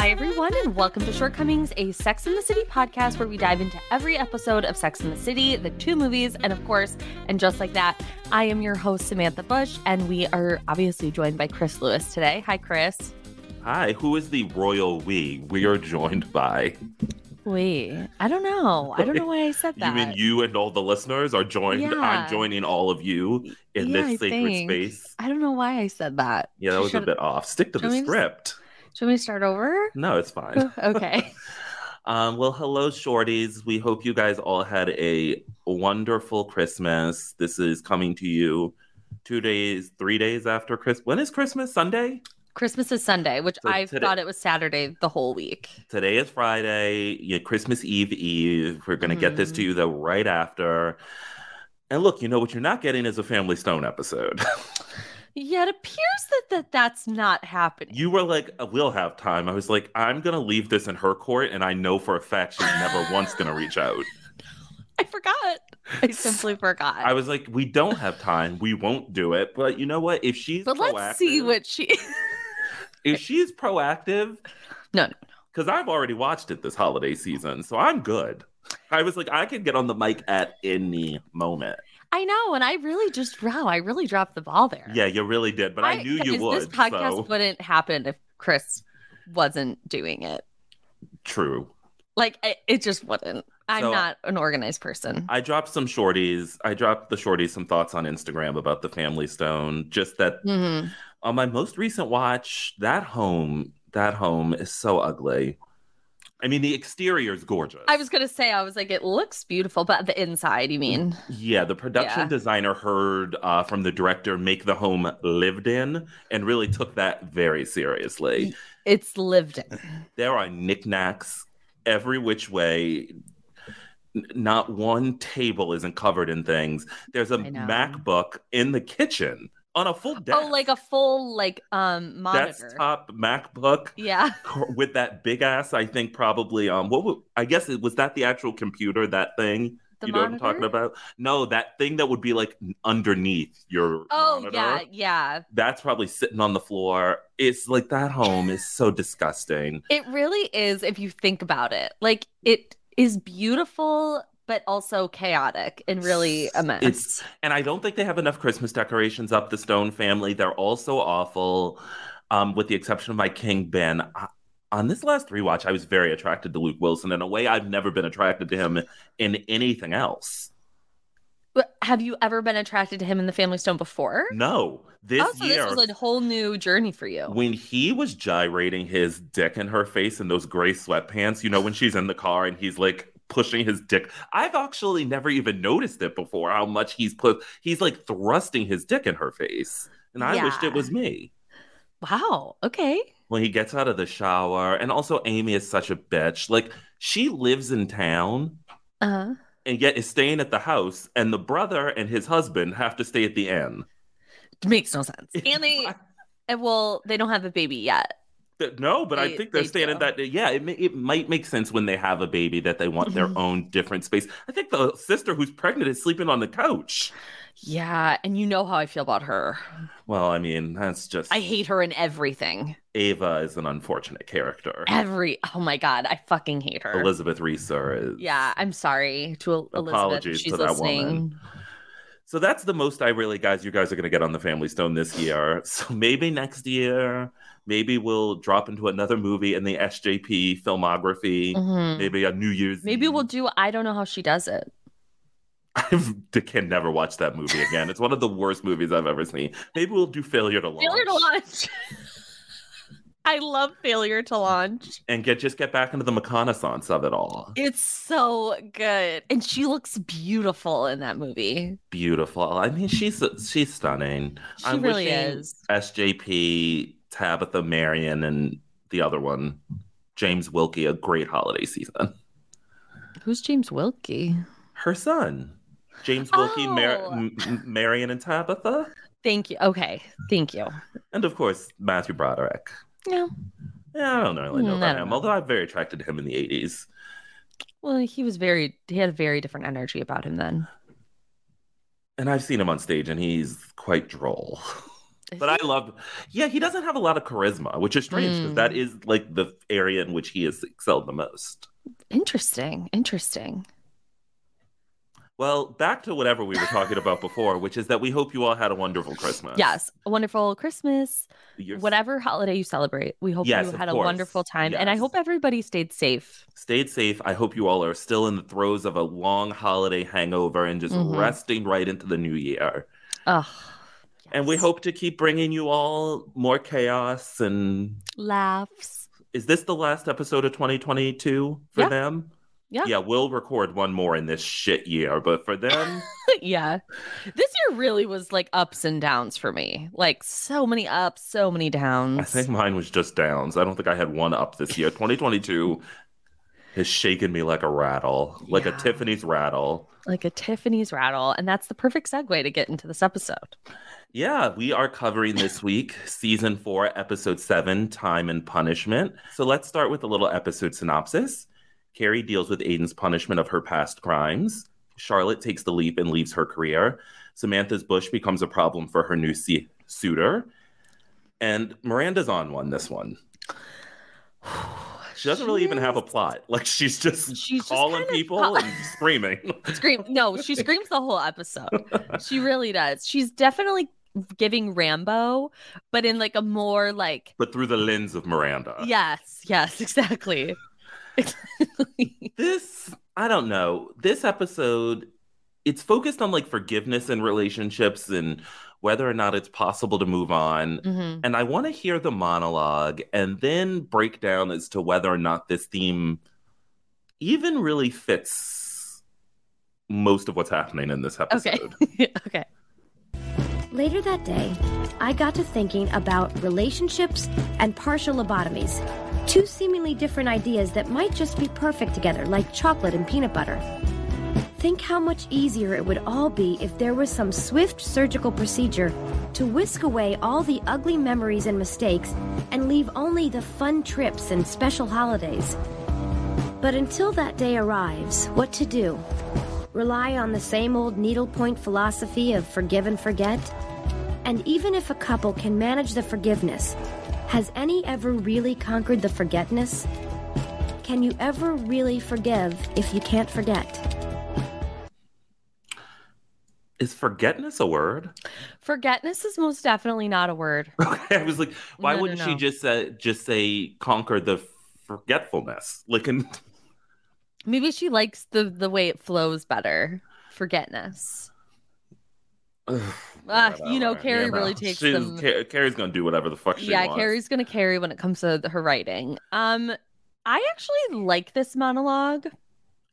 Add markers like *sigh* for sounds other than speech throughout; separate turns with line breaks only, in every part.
everyone, and welcome to Shortcomings, a Sex in the City podcast where we dive into every episode of Sex in the City, the two movies, and of course, and just like that, I am your host, Samantha Bush, and we are obviously joined by Chris Lewis today. Hi, Chris.
Hi, who is the royal we? We are joined by.
Wait, I don't know. I don't know why I said that.
*laughs* You mean you and all the listeners are joined?
Yeah.
I'm joining all of you in
Yeah, I
this sacred
think.
space.
I don't know why I said that.
Yeah, that was a
Should-
bit off. Stick to
should
the
we just-
script.
Should we start
*laughs*
over? *laughs*
No, it's fine.
okay.
Um, well, hello, shorties. We hope you guys all had a wonderful Christmas. This is coming to you two days, three days after Christmas. When is Christmas? Sunday?
Christmas is Sunday, which
So
I
today-
thought it was Saturday the whole week.
Today is Friday, yeah, Christmas Eve Eve. We're going to get
Mm-hmm.
this to you, though, right after. And look, you know what you're not getting is a Family Stone episode. *laughs*
Yet it appears that, that that's not happening.
you were like, we'll have time. I was like, I'm going to leave this in her court, and I know for a fact she's never once going to
*laughs*
reach out.
*laughs* I forgot.
*laughs*
I simply forgot.
I was like, we don't have time. We won't do it. But you know what? If she's
but
proactive,
let's see what she. *laughs*
if she's proactive.
No, no,
because I've already watched it this holiday season, so I'm good. I was like, I could get on the mic at any moment.
I know, and I really just wow, I really dropped the ball there.
Yeah, you really did, but
*laughs*
I, knew you
guys,
would.
This podcast
so
wouldn't happen if Chris wasn't doing it.
true.
Like it, it just wouldn't. I'm
So- uh,
not an organized person.
I dropped some shorties. I dropped the shorties some thoughts on Instagram about the Family Stone. Just that
Mhm.
on my most recent watch, that home, that home is so ugly. I mean, the exterior is gorgeous.
I was gonna say I was like it looks beautiful, but the inside, you mean?
Yeah, the production
Yeah.
designer heard uh, from the director make the home lived in and really took that very seriously.
It's lived in.
There are knickknacks every which way. N- Not one table isn't covered in things. There's a
I know.
MacBook in the kitchen on a full desk.
Oh, like a full like um monitor.
desktop MacBook
Yeah. *laughs*
with that big ass. I think probably um, what would, I guess it was that the actual computer that thing
The
you know
monitor.
what I'm talking about? No, that thing that would be like underneath your.
Oh
monitor.
yeah, yeah.
That's probably sitting on the floor. It's like that home is so disgusting.
It really is if you think about it. Like it is beautiful but also chaotic and really a mess.
It's- And I don't think they have enough Christmas decorations up the Stone family. They're all so awful, um, with the exception of my King Ben. I, on this last rewatch, I was very attracted to Luke Wilson in a way I've never been attracted to him in anything else.
But Have you ever been attracted to him in the Family Stone before?
No, this
also,
year.
this was a whole new journey for you.
when he was gyrating his dick in her face in those gray sweatpants, you know, when she's in the car and he's like pushing his dick. I've actually never even noticed it before how much he's put he's like thrusting his dick in her face. And I wished it
Yeah.
was me.
Wow. Okay.
When he gets out of the shower, and also Amy is such a bitch. Like she lives in town
Uh,
and yet is staying at the house, and the brother and his husband have to stay at the inn.
makes no sense. And they, and well, they don't have a baby yet.
Th- No, but
They-
I think they're
they
staying in
do.
that. Yeah, it, ma- it might make sense when they have a baby that they want their
Mhm.
own different space. I think the sister who's pregnant is sleeping on the couch.
Yeah. And you know how I feel about her.
Well, I mean, that's just.
I hate her in everything.
Ava is an unfortunate character.
Every, oh my God, I fucking hate her.
Elizabeth Reeser is.
Yeah. I'm sorry to El- Elizabeth.
Apologies
if She's
to that
listening.
woman. So that's the most I really, guys, you guys are going to get on the Family Stone this year. *laughs* So maybe next year, maybe we'll drop into another movie in the SJP filmography.
Mhm.
Maybe a New Year's.
Maybe
Eve. *laughs*
we'll do I don't know how she does it.
I've can never watch that movie again. It's one of the worst movies I've ever seen. Maybe we'll do Failure to Launch.
Failure to launch. *laughs* I love failure to launch.
And get just get back into the reconnaissance of it all.
It's so good. And she looks beautiful in that movie.
Beautiful. I mean, she's she's stunning.
She
I'm
really
wishing-
is.
SJP, Tabitha Marion, and the other one, James Wilkie, a great holiday season.
Who's James Wilkie?
Her son. James Wilkie, Mar-
Oh.
M- M- Marion, and Tabitha.
Thank you. Okay. Thank you.
And of course, Matthew Broderick.
Yeah.
Yeah, I don't really know
Mm, I
about
don't
him,
know.
although I'm very attracted to him in the 80s.
Well, he was very he had a very different energy about him then.
And I've seen him on stage, and he's quite droll.
Is
But
he?
I love, yeah, he doesn't have a lot of charisma, which is strange because
Mm.
that is like the area in which he has excelled the most.
Interesting. Interesting.
Well, back to whatever we were talking about before, which is that we hope you all had a wonderful Christmas.
Yes. A wonderful Christmas.
You're-
Whatever holiday you celebrate, we hope
Yes,
you
of
had a
course.
wonderful time. And I
Yes.
hope everybody stayed safe.
Stayed safe. I hope you all are still in the throes of a long holiday hangover and just
Mhm.
resting right into the new year.
Ugh.
And we
Yes.
hope to keep bringing you all more chaos. And
laughs.
is this the last episode of 2022 for
Yeah.
them?
Yeah.
Yeah, we'll record one more in this shit year, but for them,
*laughs* yeah. This year really was like ups and downs for me. Like so many ups, so many downs.
I think mine was just downs. I don't think I had one up this
*laughs*
year. 2022 has shaken me like a rattle, like
Yeah.
a Tiffany's rattle.
like a Tiffany's rattle. And that's the perfect segue to get into this episode.
Yeah, we are covering this week season four, episode seven Time and Punishment. So let's start with a little episode synopsis. Carrie deals with Aiden's punishment of her past crimes. Charlotte takes the leap and leaves her career. Samantha's bush becomes a problem for her new se- suitor. And Miranda's on one this one. *sighs* She doesn't really even have a plot. Like she's
*sighs*
just
She's just
calling
kinda
people
call-
and screaming.
*laughs* Scream. No, she screams the whole episode. She really does. She's definitely giving Rambo, but in like a more like,
*laughs* but through the lens of Miranda.
yes, yes, *laughs* exactly. Exactly.
this i don't know this episode it's focused on like forgiveness and relationships and whether or not it's possible to move on
Mhm.
and i want to hear the monologue and then break down as to whether or not this theme even really fits most of what's happening in this episode
Okay. *laughs* okay.
Later that day, I got to thinking about relationships and partial lobotomies. Two seemingly different ideas that might just be perfect together, like chocolate and peanut butter. Think how much easier it would all be if there was some swift surgical procedure to whisk away all the ugly memories and mistakes and leave only the fun trips and special holidays. But until that day arrives, what to do? rely on the same old needlepoint philosophy of forgive and forget? And even if a couple can manage the forgiveness, has any ever really conquered the forgetness? Can you ever really forgive if you can't forget?
is forgetness a word *laughs*
Forgetness is most definitely not a word.
okay i was like why
No, no,
wouldn't she
no.
just say just say conquer the forgetfulness like and
Maybe she likes the the way it flows better. Forgetness.
*sighs*
Ah, you know,
Whatever,
Carrie really takes
She's-
them-
Car- Carrie's gonna do whatever the fuck she
yeah,
wants.
Carrie's gonna carry when it comes to her writing. Um, I actually like this monologue.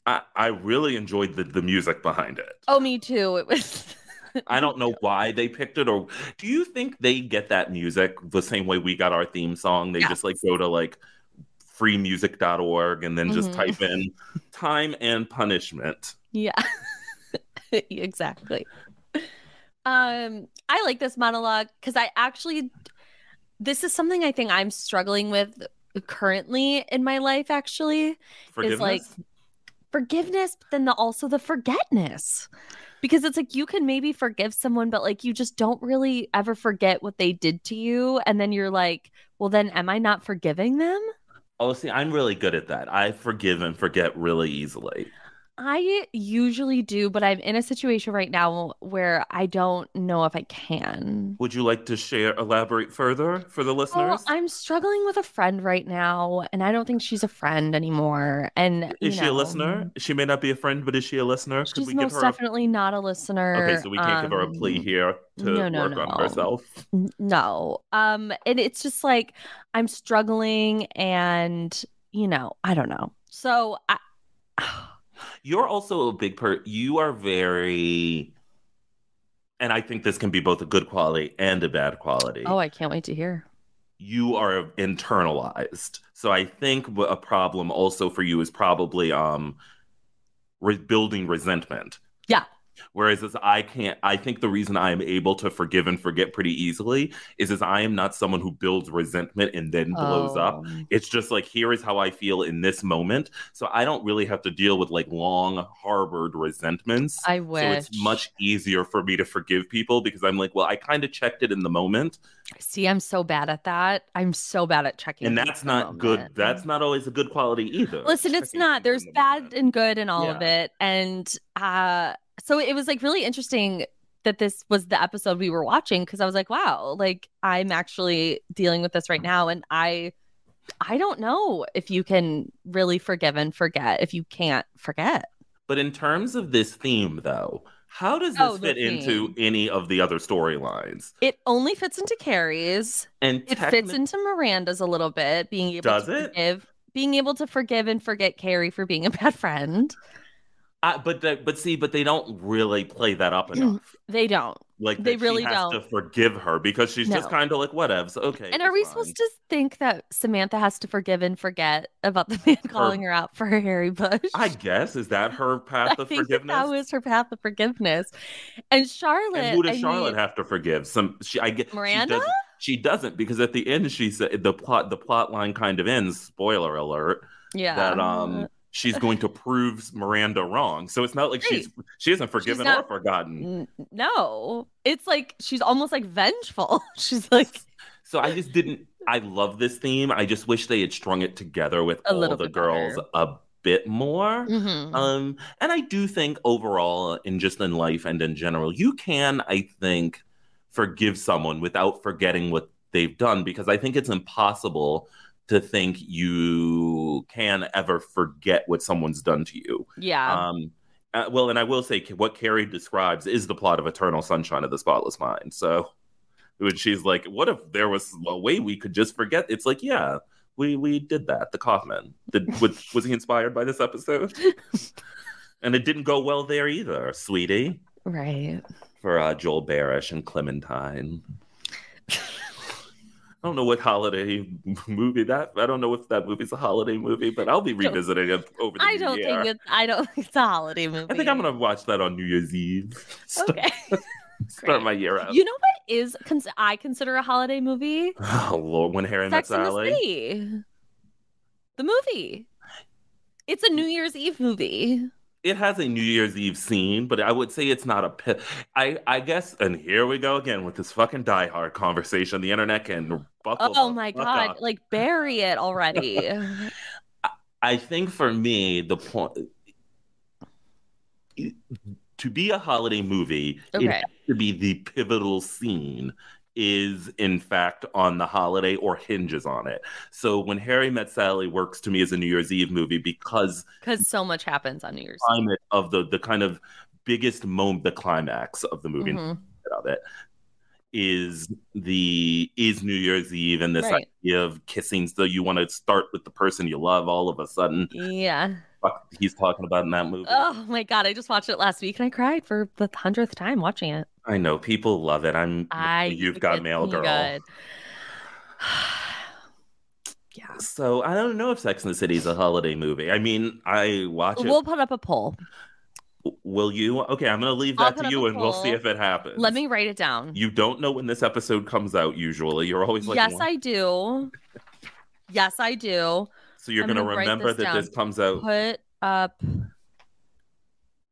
I, I really enjoyed the, the music behind it.
Oh, me too. It was. *laughs*
I don't know why they picked it, or do you think they get that music the same way we got our theme song? They just like go to like freemusic.org and then just
Mhm.
type in time and punishment.
Yeah. *laughs* exactly. Um, I like this monologue because I actually this is something I think I'm struggling with currently in my life, actually.
Forgiveness.
like- Forgiveness, but then the also the forgetness. Because it's like you can maybe forgive someone, but like you just don't really ever forget what they did to you. And then you're like, well, then am I not forgiving them?
oh, see, I'm really good at that. I forgive and forget really easily.
I usually do, but I'm in a situation right now where I don't know if I can.
Would you like to share, elaborate further for the
Oh,
listeners?
I'm struggling with a friend right now, and I don't think she's a friend anymore. And
is
you
she a
know,
listener? She may not be a friend, but is she a listener? Could
She's
we give
most
her a
definitely not a listener.
Okay, so we can't give her a
um,
plea here to
no, no,
work on
no.
herself.
n- No. Um, and it's just like I'm struggling, and you know, I don't know. So I,
You're also a big per. You are very, and I think this can be both a good quality and a bad quality.
oh, I can't wait to hear.
you are internalized. So I think wh- a problem also for you is probably um rebuilding resentment.
Yeah.
Whereas as I can't, I think the reason I am able to forgive and forget pretty easily is as I am not someone who builds resentment and then blows
Oh.
up.
Um,
It's just like here is how I feel in this moment. So I don't really have to deal with like long harbored resentments.
I
So
wish.
it's much easier for me to forgive people because I'm like, well, I kind of checked it in the moment,
See, I'm so bad at that. I'm so bad at checking.
and
things
that's
in the
not good.
moment.
That's not always a good quality either.
Listen, it's
Checking
not.
people in
There's
the
bad
moment.
and good in all of it. And uh so it was like really interesting that this was the episode we were watching because I was like, wow, like I'm actually dealing with this right now and I I don't know if you can really forgive and forget if you can't forget.
But in terms of this theme, though, how does this
Oh, the
fit into
theme.
any of the other storylines?
It only fits into Carrie's.
And
It fits
techni-
into Miranda's a little bit, being able
Does
to
it?
forgive being able to forgive and forget Carrie for being a bad friend.
I- but the, but see, but they don't really play
*clears throat*
that up enough.
They don't.
Like
They
that
really
she has to
don't.
forgive her because she's just
No.
kind of like whatevs. Okay,
And are we supposed to think that Samantha has to forgive and forget about the
*laughs*
man calling her out for *laughs* her Harry Bush? *laughs*
I guess is that her
I
path of
think that,
forgiveness?
that was her path of forgiveness. And Charlotte,
and who does
I
Charlotte
mean,
have to forgive? Some she I get
Miranda?
She doesn't, she doesn't because at the end she said the plot the plot line kind of ends. Spoiler alert.
yeah,
that um she's going to prove Miranda wrong. So it's not like she's she hasn't forgiven
not- Mm.
or forgotten.
N- no, it's like she's almost like vengeful. *laughs* she's like
So I just didn't I love this theme. I just wish they had strung it together with
A
all
little
the
bit
girls
better.
a bit more.
mhm.
Um and I do think overall in just in life and in general, you can I think forgive someone without forgetting what they've done because I think it's impossible to think you can ever forget what someone's done to you.
yeah.
Um, uh, well, and I will say what Carrie describes is the plot of Eternal Sunshine of the Spotless Mind. So when she's like, "What if there was a way we could just forget?" It's like, yeah, we we did that. The Kaufman did.
*laughs*
Was, was he inspired by this episode? and it didn't go well there either, sweetie,
right.
for uh, Joel Barish and Clementine. I don't know what holiday movie that. I don't know if that movie's a holiday movie, but I'll be revisiting it over the
I don't
year.
think it's I don't *laughs* think it's a holiday movie.
I think I'm gonna *laughs* watch that on New Year's Eve. *laughs* Start,
Okay. *laughs*
start my year out.
you know what is cons- I consider a holiday movie?
*laughs* oh Lord, when Harry met
Sex in the
Sally.
City. The movie. It's a New Year's Eve movie.
It has a New Year's Eve scene, but I would say it's not a. Pi- I I guess, and here we go again with this fucking diehard conversation. The internet can buckle.
Oh,
the
my
fuck
god,
up.
like bury it
*laughs*
already.
I think for me the point. To be a holiday movie, it
Okay.
has to be the pivotal scene is in fact on the holiday or hinges on it. So when Harry Met Sally works to me as a New Year's Eve movie because
Cuz so much happens on New Year's.
climate of the the kind of biggest moment, the climax of the movie
Mhm.
of it is the is New Year's Eve and this
Right.
idea of kissing. So you want to start with the person you love all of a sudden.
Yeah.
Fuck, he's talking about in that movie.
Oh my god, I just watched it last week and I cried for the 100th time watching it.
I know people love it. I'm
I
you've got
it's
mail,
so
girl.
good.
So I don't know if Sex and the City is a holiday movie. I mean, I watch
We'll put up a poll.
it. Will you? Okay, I'm gonna leave
I'll
that
put
to
up
you,
a
and we'll see
poll.
if it happens.
Let me write it down.
You don't know when this episode comes out. Usually, you're always like,
yes,
"When?"
I do. Yes, I do.
So you're
I'm
gonna,
gonna write
remember
this
that this
down.
comes out
Put up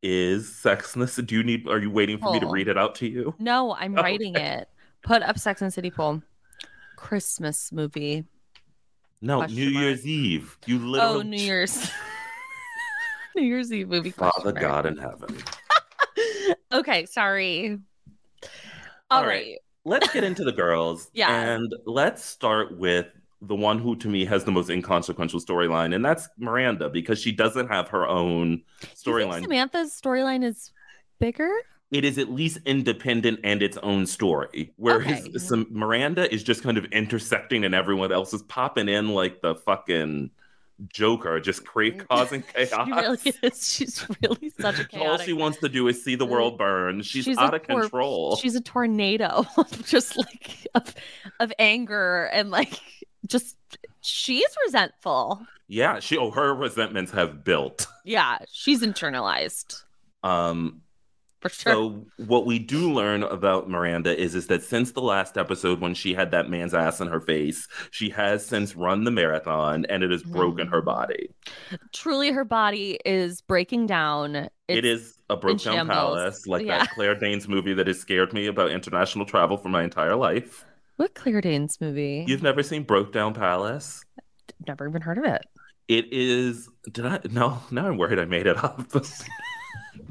is Sex and the City. Do you need? Are you waiting for me to
Poll.
read it out to you?
No, I'm
Oh, Okay.
writing it. Put up Sex and the City poll. Christmas movie.
No,
Question
New
mark.
Year's Eve. You
Oh,
literally.
New Year's. *laughs* New Year's Eve movie.
Father
question mark.
God in heaven.
Okay, sorry.
All
All
right.
right.
Let's get into
*laughs*
the girls.
Yeah.
And let's start with the one who, to me, has the most inconsequential storyline, and that's Miranda because she doesn't have her own
Do you think
storyline.
Samantha's storyline is bigger.
it is at least independent and its own story. Whereas
Okay.
some Miranda is just kind of intersecting and everyone else is popping in like the fucking Joker, just cra-
*laughs*
causing chaos.
She really *laughs* is. She's really such
*laughs*
a
All
chaotic.
Uh-huh. she wants to do is see the world burn. She's,
She's a
out of
tor-
control.
She's a tornado, *laughs* of just like of, of anger and like just she's resentful.
yeah, she oh her resentments have built.
Yeah, she's internalized.
Um
for sure.
So what we do learn about Miranda is is that since the last episode when she had that man's ass in her face, she has since run the marathon and it has
Mhm.
broken her body.
Truly, her body is breaking down. It's,
it is a broke down
shambles.
palace, like
Yeah. *laughs*
that Claire Danes movie that has scared me about international travel for my entire life.
what Claire Danes movie?
You've never seen Broke Down Palace?
never even heard of it.
It is did I no, now I'm worried I made it up. *laughs*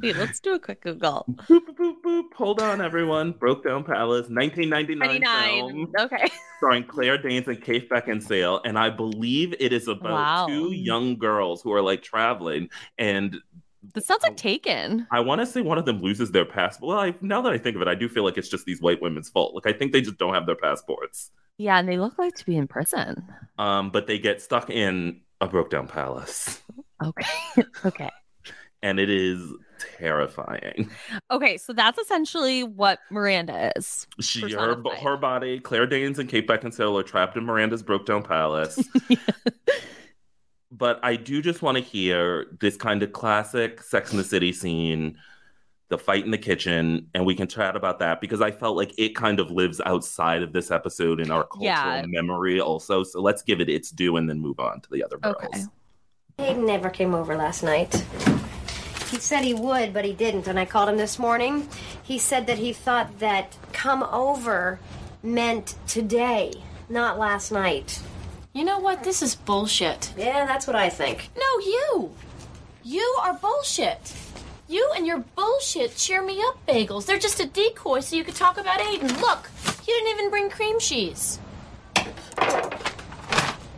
Wait, let's do a quick Google.
boop, boop, boop, boop. Hold on, everyone. Broke Down Palace, 1999 film,
Okay.
starring Claire Danes and Kate Beckinsale. And I believe it is about
Wow.
two young girls who are like traveling. And
This sounds
Oh.
like Taken.
I want to say one of them loses their passport. Well, I, now that I think of it, I do feel like it's just these white women's fault. Like, I think they just don't have their passports.
Yeah, and they look like to be in prison.
Um, but they get stuck in a broke down palace.
Okay. *laughs* okay.
And it is terrifying.
Okay. So that's essentially what Miranda is.
She, her,
Personified.
her body, Claire Danes and Kate Beckinsale are trapped in Miranda's broke down palace.
*laughs*
but I do just want to hear this kind of classic Sex in the City scene, the fight in the kitchen, and we can chat about that because I felt like it kind of lives outside of this episode in our cultural
Yeah.
memory also. So let's give it its due and then move on to the other girls.
Okay.
Hayden never came over last night. He said he would, but he didn't, and I called him this morning. He said that he thought that come over meant today, not last night.
You know what? This is bullshit.
Yeah, that's what I think.
No, you. You are bullshit. You and your bullshit cheer me up bagels. They're just a decoy so you could talk about Aiden. Look, you didn't even bring cream cheese.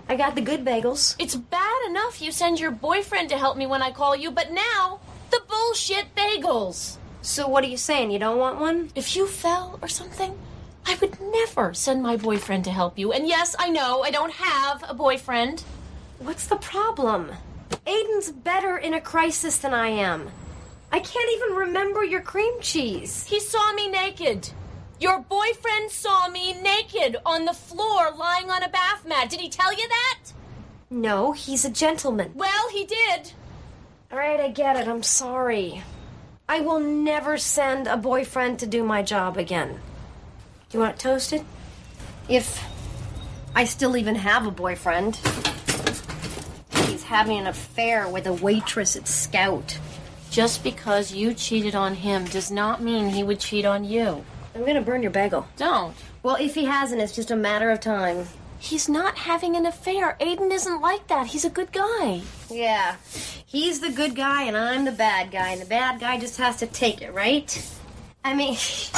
I got the good bagels.
It's bad enough you send your boyfriend to help me when I call you, but now the bullshit bagels.
So what are you saying? You don't want one?
If you fell or something, I would never send my boyfriend to help you. And yes, I know I don't have a boyfriend.
What's the problem? Aiden's better in a crisis than I am. I can't even remember your cream cheese.
He saw me naked. Your boyfriend saw me naked on the floor lying on a bath mat. Did he tell you that?
No, he's a gentleman.
Well, he did.
All right, I get it. I'm sorry. I will never send a boyfriend to do my job again. Do you want it toasted? If I still even have a boyfriend. He's having an affair with a waitress at Scout.
Just because you cheated on him does not mean he would cheat on you.
I'm gonna burn your bagel.
Don't.
Well, if he hasn't, it's just a matter of time.
He's not having an affair. Aiden isn't like that. He's a good guy.
Yeah. He's the good guy and I'm the bad guy, and the bad guy just has to take it, right? I mean, *laughs* you should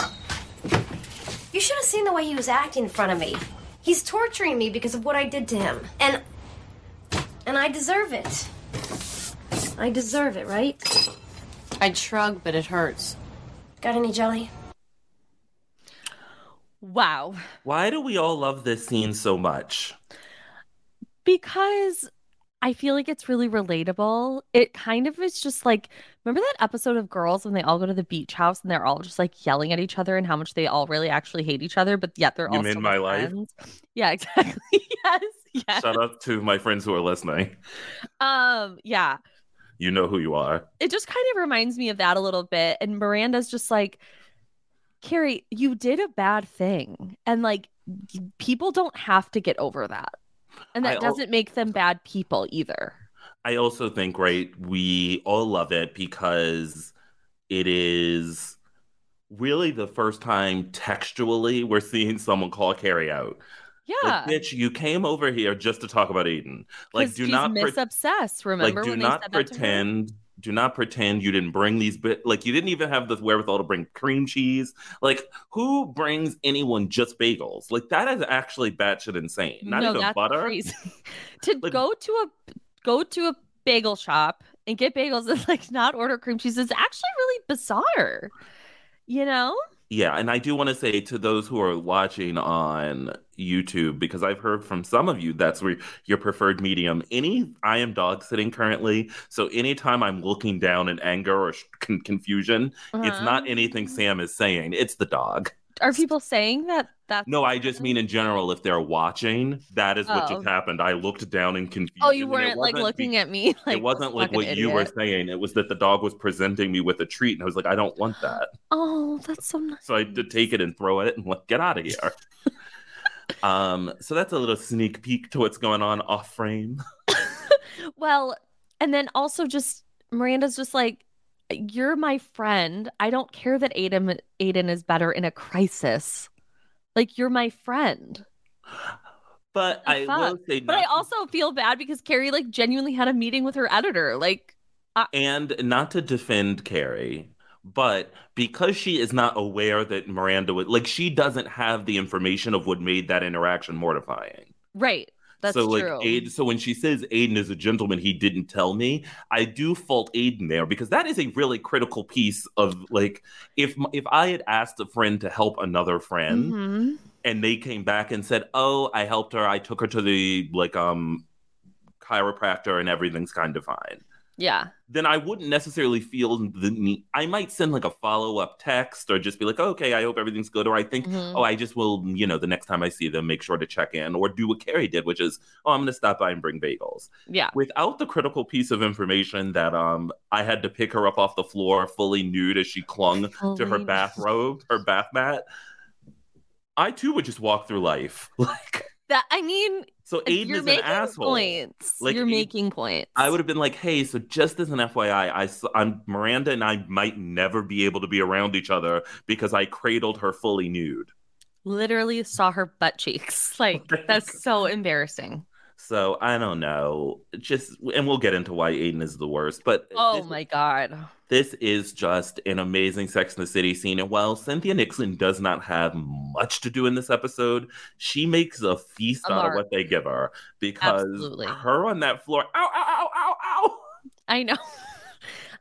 have seen the way he was acting in front of me. He's torturing me because of what I did to him. And and I deserve it. I deserve it, right?
I'd shrug, but it hurts.
Got any jelly?
Wow.
Why do we all love this scene so
*laughs*
much?
Because I feel like it's really relatable. It kind of is just like, remember that episode of Girls when they all go to the beach house and they're all just like yelling at each other and how much they all really actually hate each other, but yet they're
You
all
mean
still
my
best
life?
friends? Yeah, *laughs* exactly. yes, yes.
Shout out to my friends who are listening.
Um, yeah.
You know who you are.
it just kind of reminds me of that a little bit. And Miranda's just like, Carrie, you did a bad thing. And like, y- people don't have to get over that. And
I
that
al-
doesn't make them bad people either.
I also think, right, we all love it because it is really the first time textually we're seeing someone call Carrie out.
Yeah.
Like, bitch, you came over here just to talk about Eden. Like,
'Cause
do
she's
not pre-
miss obsess.
like
Remember
do
when
not
they said that to her?
pretend. Do not pretend you didn't bring these bit like you didn't even have the wherewithal to bring cream cheese. Like who brings anyone just bagels? Like that is actually batshit insane. Not
no,
even
that's
butter. *laughs*
crazy. *laughs* to
Like-
go to a go to a bagel shop and get bagels and *laughs* like not order cream cheese is actually really bizarre. You know?
Yeah, and I do want to say to those who are watching on YouTube, because I've heard from some of you that's where your preferred medium. Any, I am dog sitting currently, so anytime I'm looking down in anger or sh- con- confusion, it's
Uh-huh.
not anything Sam is saying; it's the dog.
Are people saying that That's
No, I just mean in general, if they're watching, that is what
Oh.
just happened. I looked down in confusion.
Oh, you
and it
weren't like
wasn't
looking
be-
at me. *laughs* Like,
it wasn't like
fucking
what you were
idiot.
saying. It was that the dog was presenting me with a treat, and I was like, I don't want that.
Oh, that's so nice.
So I had to take it and throw it and like, get out of
*laughs*
here. um, so that's a little sneak peek to what's going on off frame.
*laughs* Well, and then also just Miranda's just like, you're my friend. I don't care that Aiden Aiden is better in a crisis. Like you're my friend.
But
The
I will
fuck?
say,
But I
not-
also feel bad because Carrie like genuinely had a meeting with her editor. Like
and not to defend Carrie, but because she is not aware that Miranda would like, she doesn't have the information of what made that interaction mortifying.
right. That's
so like
true.
Aiden, so when she says Aiden is a gentleman, he didn't tell me. I do fault Aiden there because that is a really critical piece of like if m- if I had asked a friend to help another friend
Mhm.
and they came back and said, "Oh, I helped her. I took her to the like um chiropractor and everything's kind of fine."
Yeah.
Then I wouldn't necessarily feel the need. I might send like a follow up text or just be like, "Okay, I hope everything's good," or I think
Mhm.
oh, I just will, you know, the next time I see them, make sure to check in or do what Carrie did, which is, oh, I'm going to stop by and bring bagels.
Yeah.
Without the critical piece of information that um I had to pick her up off the floor fully nude as she clung to her
Holy-
bathrobe, her bath mat, I too would just walk through life. *laughs* Like,
That I mean,
so Aiden
you're
is an
making
asshole.
points.
Like,
you're
Aiden-
making points.
I would have been like, hey, so just as an FYI, I, s- I'm Miranda and I might never be able to be around each other because I cradled her fully nude.
literally saw her butt cheeks. *laughs* Like
*laughs*
that's so embarrassing.
So I don't know. Just and we'll get into why Aiden is the worst, but
Oh
this,
my god.
this is just an amazing Sex in the City scene. And while Cynthia Nixon does not have much to do in this episode, she makes a feast
A
out
mark.
of what they give her because
Absolutely.
her on that floor, ow, ow, ow, ow, ow.
I know. *laughs*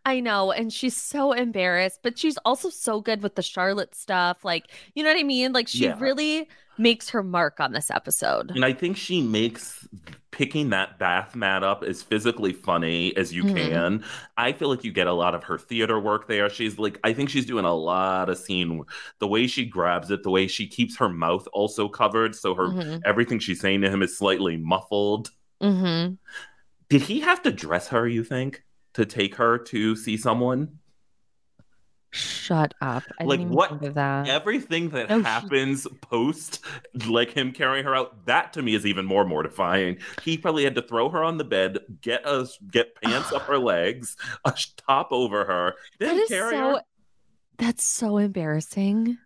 I know. And she's so embarrassed, but she's also so good with the Charlotte stuff. Like, you know what I mean? Like, she
Yeah.
really makes her mark on this episode.
And I think she makes picking that bath mat up as physically funny as you
Mhm.
can. I feel like you get a lot of her theater work there. She's like, I think she's doing a lot of scene. The way she grabs it, the way she keeps her mouth also covered, so her
Mhm.
everything she's saying to him is slightly muffled.
Mhm.
Did he have to dress her? You think to take her to see someone?
Shut up. I
Like,
didn't even
what
think of that.
Everything that
No, Oh, she-
happens post, like him carrying her out, that to me is even more mortifying. He probably had to throw her on the bed, get us get pants up
*sighs*
her legs, a sh- top over her,
that
then
is
carry
so
her.
that's so embarrassing.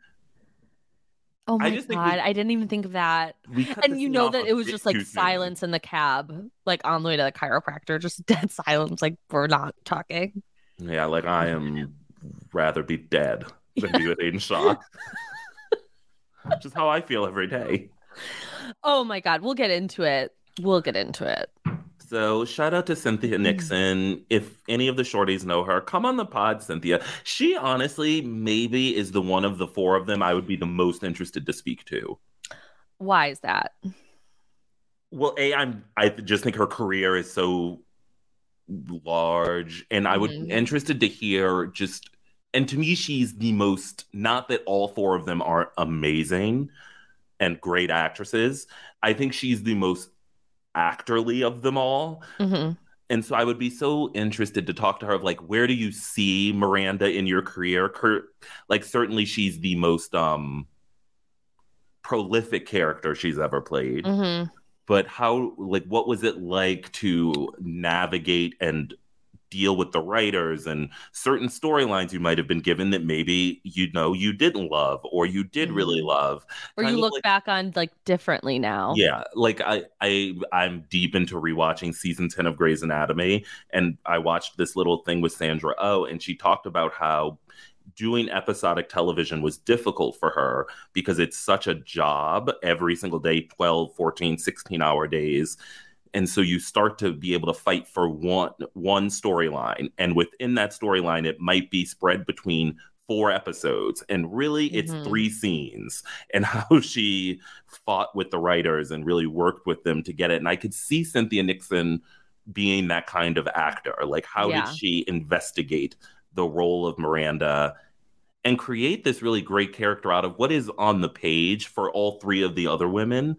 Oh
I
my
just
god,
think we-
I didn't even think of that.
We cut the
And you
scene
know
off
that
a
it was
bit
just
too
like
soon.
silence in the cab, like on the way to the chiropractor, just *laughs* dead silence, like we're not talking.
Yeah, like I am rather be dead than
*laughs*
be with Aiden Shaw, which is how I feel every day.
Oh my god, we'll get into it. We'll get into it.
So shout out to Cynthia Nixon. If any of the shorties know her, come on the pod, Cynthia. She honestly maybe is the one of the four of them I would be the most interested to speak to.
Why is that?
Well, a I'm I just think her career is so large, and I would
Mhm.
be interested to hear just. And to me, she's the most. Not that all four of them aren't amazing and great actresses. I think she's the most actorly of them all.
hmm
And so I would be so interested to talk to her of like, where do you see Miranda in your career? Cur- like, certainly she's the most um prolific character she's ever played.
hmm
But how, like, what was it like to navigate and deal with the writers and certain storylines you might have been given that maybe you know you didn't love or you did
Mhm.
really love?
Or
Kind
you
of
look
like-
back on like differently now.
Yeah, like I, I, I'm deep into rewatching season ten of Grey's Anatomy, and I watched this little thing with Sandra Oh, and she talked about how doing episodic television was difficult for her because it's such a job every single day 12 14 16 hour days and so you start to be able to fight for one one storyline and within that storyline it might be spread between four episodes and really it's
Mhm.
three scenes and *laughs* how she fought with the writers and really worked with them to get it and i could see cynthia nixon being that kind of actor like how
Yeah.
did she investigate the role of miranda and create this really great character out of what is on the page for all three of the other women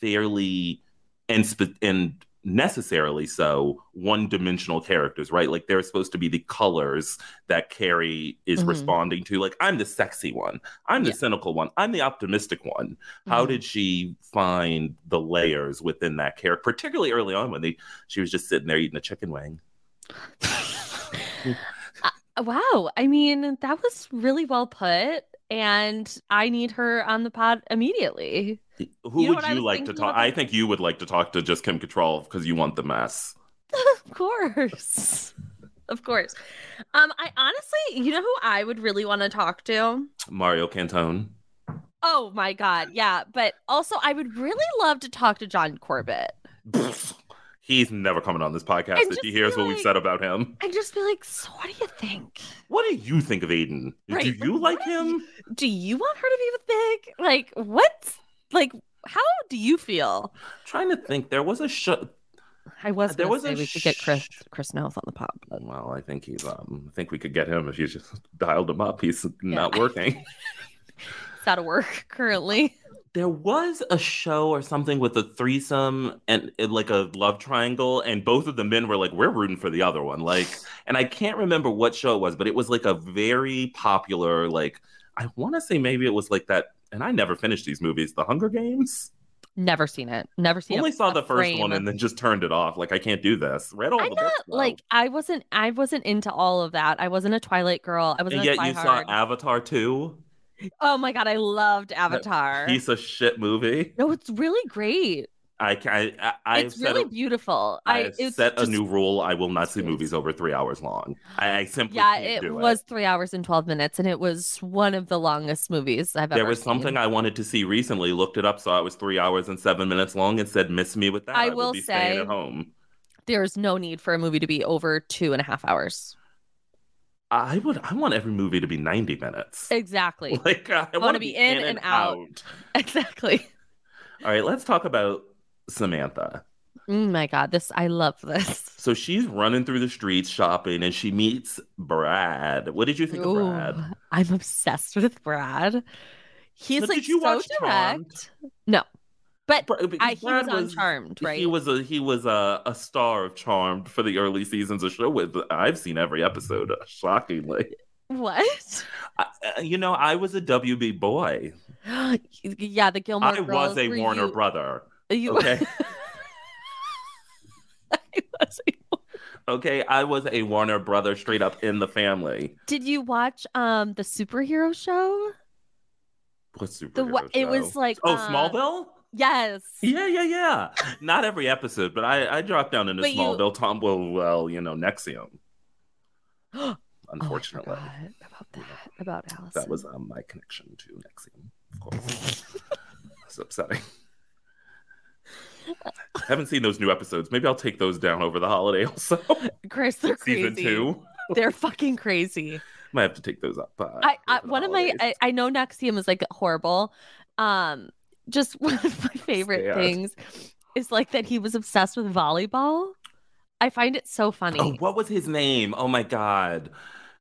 fairly and spe- and necessarily so one dimensional characters right like they're supposed to be the colors that carrie is
Mhm.
responding to like i'm the sexy one i'm the cynical one i'm the optimistic one how
Mm-hmm.
did she find the layers within that character particularly early on when they she was just sitting there eating a chicken wing
Uh, Wow. I mean, that was really well put. And I need her on the pod immediately. *laughs*
Who
You know
would
what I
you
was
like to
thinking
talk?
about
I
that?
think you would like to talk to just Kim Cattrall because you want the mess.
Of course. Of course. Um, I honestly, you know who I would really want to talk to?
Mario Cantone.
Oh my God. Yeah. But also, I would really love to talk to John Corbett
Pfft. *laughs* He's never coming on this podcast
I
if
just
he hears
feel
what we've
like-
said about him.
and just be like, so what do you think?
What do you think of Aiden? Do
Right,
you
like,
like
what are
him?
Do you want her to be big? Like, what's like, how do you feel?
Trying to think. There was a show.
I was
There
gonna
was a
say we should get
sh-
Chris Chris Nels on the pod. but-
Well, I think he's. Um, I think we could get him if you just *laughs* dialed him up. He's not working.
It's out of work *laughs* currently.
*laughs* there was a show or something with a threesome and, and like a love triangle and both of the men were like we're rooting for the other one like and i can't remember what show it was but it was like a very popular like i want to say maybe it was like that and i never finished these movies the hunger games
Never seen it. Never seen
only
it.
saw the first
frame.
one and then just turned it off like i can't do this read all
I'm
the
not
books, though.
like I wasn't. I wasn't into all of that. I wasn't a Twilight girl. I wasn't.
and
a
yet you saw
Twihard.
avatar 2
oh my god, I loved Avatar.
piece of shit movie
No, it's really great.
i can i, I I've
it's
said
really
it-
beautiful.
I
I
have
it's
set
just-
a new rule. I will not see
Yes.
movies over three hours long. I, I simply
Yeah,
can't do
it was three hours and twelve minutes, and it was one of the longest movies I've ever.
There was something
seen.
I wanted to see recently. Looked it up, saw it was three hours and seven minutes long, and said, "Miss me with that."
I
will,
will
be staying
say-
at home.
There's no need for a movie to be over two and a half hours.
I would. I want every movie to be ninety minutes.
Exactly.
*laughs* Like I, want
wanna
to be,
be in and out. *laughs* exactly.
All right, let's talk about Samantha.
Oh my god, this I love this.
So she's running through the streets shopping, and she meets Brad. What did you think
Ooh,
of Brad?
I'm obsessed with Brad. He's
But
like
did you
so
watch Charmed?
direct. No, but
Br- because
I, he
Brad
was on Charmed, right?
He was a he was a, a star of Charmed for the early seasons of show. With I've seen every episode, *laughs* uh, shockingly.
what? *gasps*
I, uh, you know, I was a WB boy.
yeah, the Gilmore
I
Girls
was a
were
Warner
you-
brother.
you-
Okay,
*laughs* I was a-
okay, I was a Warner brother straight up in the family.
Did you watch um the superhero show?
What superhero
The wa- it was
show?
like
oh
uh,
Smallville.
Yes.
Yeah, yeah, yeah. Not every episode, but I I dropped down into
But you-
Smallville. Tom will well, you know, Nexium.
*gasps* Oh, I
Unfortunately,
forgot about that about Alice.
that was um, my connection to Nexium, of course.
*laughs*
That's upsetting. Haven't seen those new episodes. Maybe I'll take those down over the holiday. Also,
Chris. *laughs* They're crazy.
*laughs* season two.
*laughs* They're fucking
*laughs*
crazy.
Might have to take those up. Uh,
I, I
over the
one of my
holidays.
I, I know Nexium is like horrible. Um, just *laughs* one of my favorite
Scared.
things is like that he was obsessed with volleyball. I find it so funny.
Oh, what was his name? Oh my god.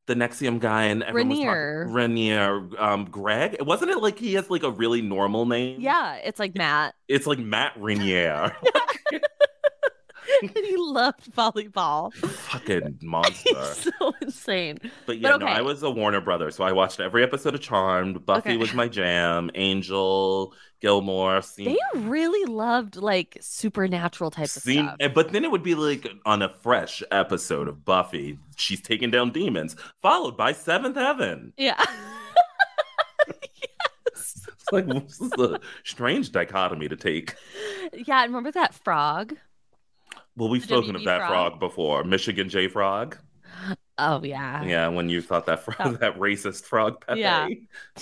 The Nexium guy and everyone was talking-
Rainier.
Rainier, um, Greg. Wasn't it like he has like a really normal name?
Yeah, it's like Matt,
*laughs*
*laughs*
It's like Matt Rainier.
and he loved volleyball.
*laughs* Fucking
*laughs* He's
monster.
so insane.
But yeah, no,
okay.
I was a Warner brother, so I watched every episode of Charmed. Buffy
Okay.
was my jam. Angel, Gilmore,
They
seen,
really loved like supernatural type of
seen. e-
stuff.
and- But then it would be like on a fresh episode of Buffy, she's taking down demons, followed by Seventh Heaven.
Yeah. *laughs* yes.
It's like *laughs* this is a strange dichotomy to take.
Yeah, and remember that frog?
Well, we've
The
spoken of
WB
that frog.
frog.
before. Michigan J Frog.
Oh yeah.
yeah, when you thought that frog, *laughs* that racist frog Pepe.
Yeah.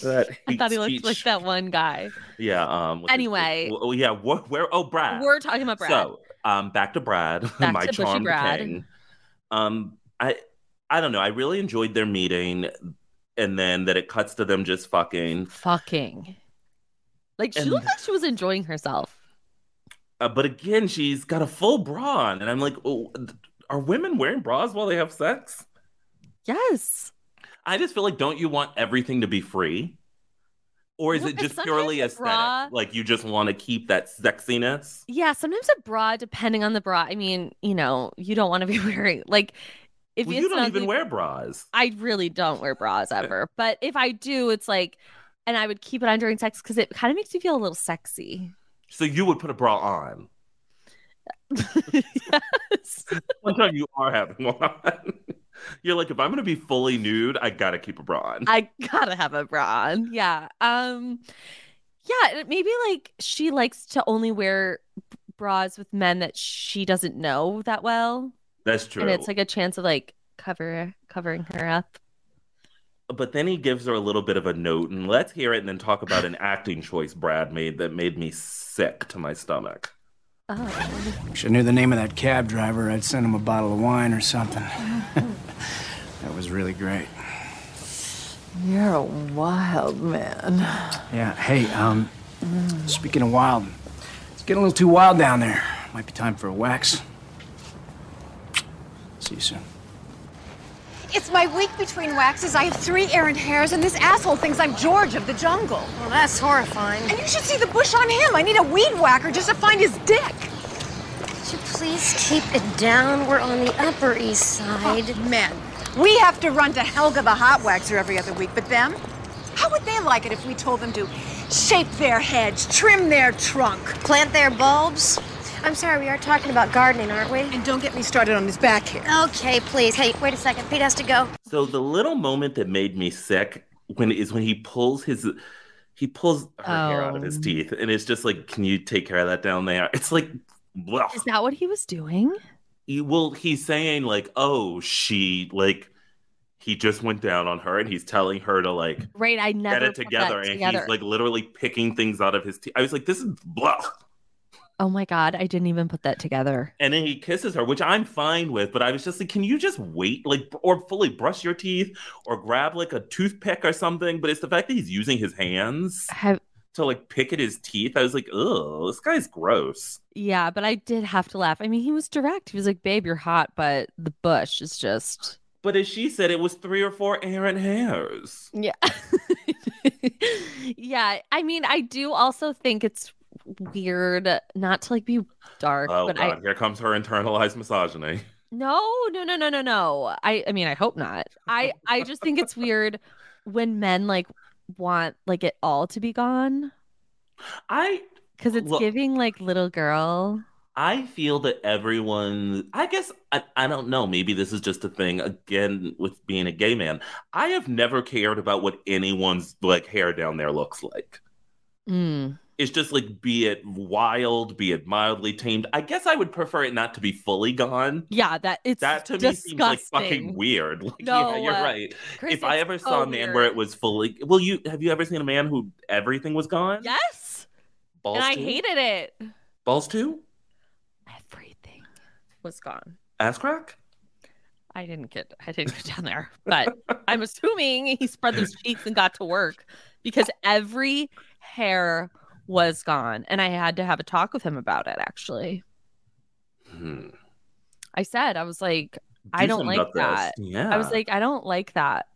That
*laughs* I thought he
hate
looked like
speech-
that one
*laughs*
guy.
Yeah. Um. with his-
Anyway.
Oh yeah. What? Where? Oh, Brad.
We're talking about Brad.
So, um, back to Brad, *laughs*
Back
my
to Bushy
charmed
Brad.
king. Um, I, I don't know. I really enjoyed their meeting, and then that it cuts to them just fucking.
fucking. Like she
And-
looked like she was enjoying herself.
Uh, but again, she's got a full bra on, and I'm like, oh, th- are women wearing bras while they have sex?
Yes.
I just feel like, don't you want everything to be free? Or is
No,
it
'cause
just purely
sometimes a bra-
aesthetic? Like you just want to keep that sexiness?
Yeah, sometimes a bra, depending on the bra. I mean, you know, you don't want to be *laughs* wearing like if
Well,
it's
you don't
an
even
ugly-
wear bras.
I really don't wear bras ever, but if I do, it's like, and I would keep it on during sex because it kind of makes you feel a little sexy. *laughs*
*laughs* So you would put a bra on.
yes.
One time you are having one. *laughs* You're like, if I'm gonna be fully nude, I gotta keep a bra on.
I gotta have a bra on. Yeah. Um yeah, and maybe like she likes to only wear b- bras with men that she doesn't know that well.
That's true.
And it's like a chance of like cover covering her up.
but then he gives her a little bit of a note, and let's hear it and then talk about an acting choice Brad made that made me sick to my stomach.
Oh.
Wish I knew the name of that cab driver, I'd send him a bottle of wine or something. *laughs* that was really great.
You're a wild man.
Yeah, hey, um, speaking of wild, it's getting a little too wild down there. Might be time for a wax. See you soon.
It's my week between waxes. I have three errant hairs, and this asshole thinks I'm George of the jungle.
Well, that's horrifying.
And you should see the bush on him. I need a weed whacker just to find his dick.
Could you please keep it down? We're on the Upper East Side.
Man, we have to run to Helga the hot waxer every other week, but them? How would they like it if we told them to shape their heads, trim their trunk?
Plant their bulbs. I'm sorry, we are talking about gardening, aren't we?
And don't get me started on his back hair.
Okay, please. Hey, wait a second. Pete has to go.
So the little moment that made me sick when is when he pulls his he pulls her hair out of his
Oh.
teeth, and it's just like, can you take care of that down there? It's like, well,
Is that what he was doing?
he, well, he's saying like, oh, she like he just went down on her, and he's telling her to like
Right. I never
get it
put that
together, and
together.
he's like literally picking things out of his teeth. I was like, this is blah.
oh my God, I didn't even put that together.
and then he kisses her, which I'm fine with. But I was just like, can you just wait, like, or fully brush your teeth, or grab like a toothpick or something? But it's the fact that he's using his hands
Have
to like pick at his teeth. I was like, oh, this guy's gross.
yeah, but I did have to laugh. I mean, he was direct. He was like, babe, you're hot, but the bush is just
But as she said, it was three or four errant hairs.
Yeah. *laughs* yeah. I mean, I do also think it's weird not to like be dark,
Oh
but
God,
I
here comes her internalized misogyny.
no, no, no, no, no, no. I I mean, I hope not. I I just think it's weird when men like want like it all to be gone
I
cuz it's
Look.
giving like little girl.
I feel that everyone, I guess, I, I don't know, maybe this is just a thing again with being a gay man. I have never cared about what anyone's like hair down there looks like.
Mm.
It's just like, be it wild, be it mildly tamed. I guess I would prefer it not to be fully gone.
Yeah, that it's
That to
disgusting.
me seems like fucking weird. *laughs* Like,
No,
yeah, you're
uh,
right.
Chris,
if I
it's
ever
so
saw a man where
weird.
it was fully, well, you have you ever seen a man who everything was gone?
Yes.
Balls
And I
too?
hated it.
balls too.
Everything was gone.
Ass crack.
I didn't get I didn't get down there, but I'm assuming he spread those cheeks and got to work because every hair was gone. And I had to have a talk with him about it actually.
Hmm.
I said, I was like, I don't
something
like
about this. Yeah.
I was like, I don't like that.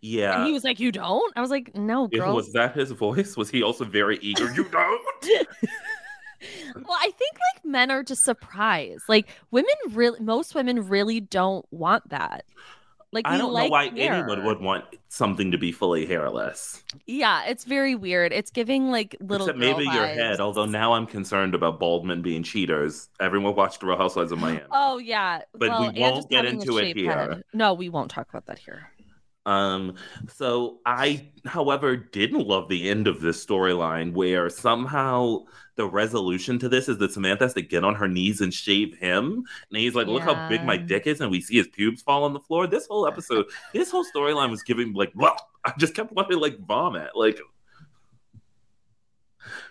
yeah.
and he was like, You don't? I was like, No,
If-
girl. *laughs*
Was that his voice? Was he also very eager? You don't.
well, I think like men are just surprised. Like women really most women really don't want that. Like
I
we
don't
like
know why
hair.
anyone would want something to be fully hairless.
Yeah, it's very weird. It's giving like little
Except
girl
maybe your head.
vibes.
Although now I'm concerned about bald men being cheaters. Everyone watched Real Housewives of Miami.
Oh yeah,
But
well,
we
and
won't
just
get
having a
into it
shaved
here.
head. No, we won't talk about that here.
Um, so I, however, didn't love the end of this storyline where somehow the resolution to this is that Samantha has to get on her knees and shave him. And he's like, Look how big my
Yeah.
dick is, and we see his pubes fall on the floor. This whole episode, this whole storyline was giving like, well, I just kept wanting to like vomit. Like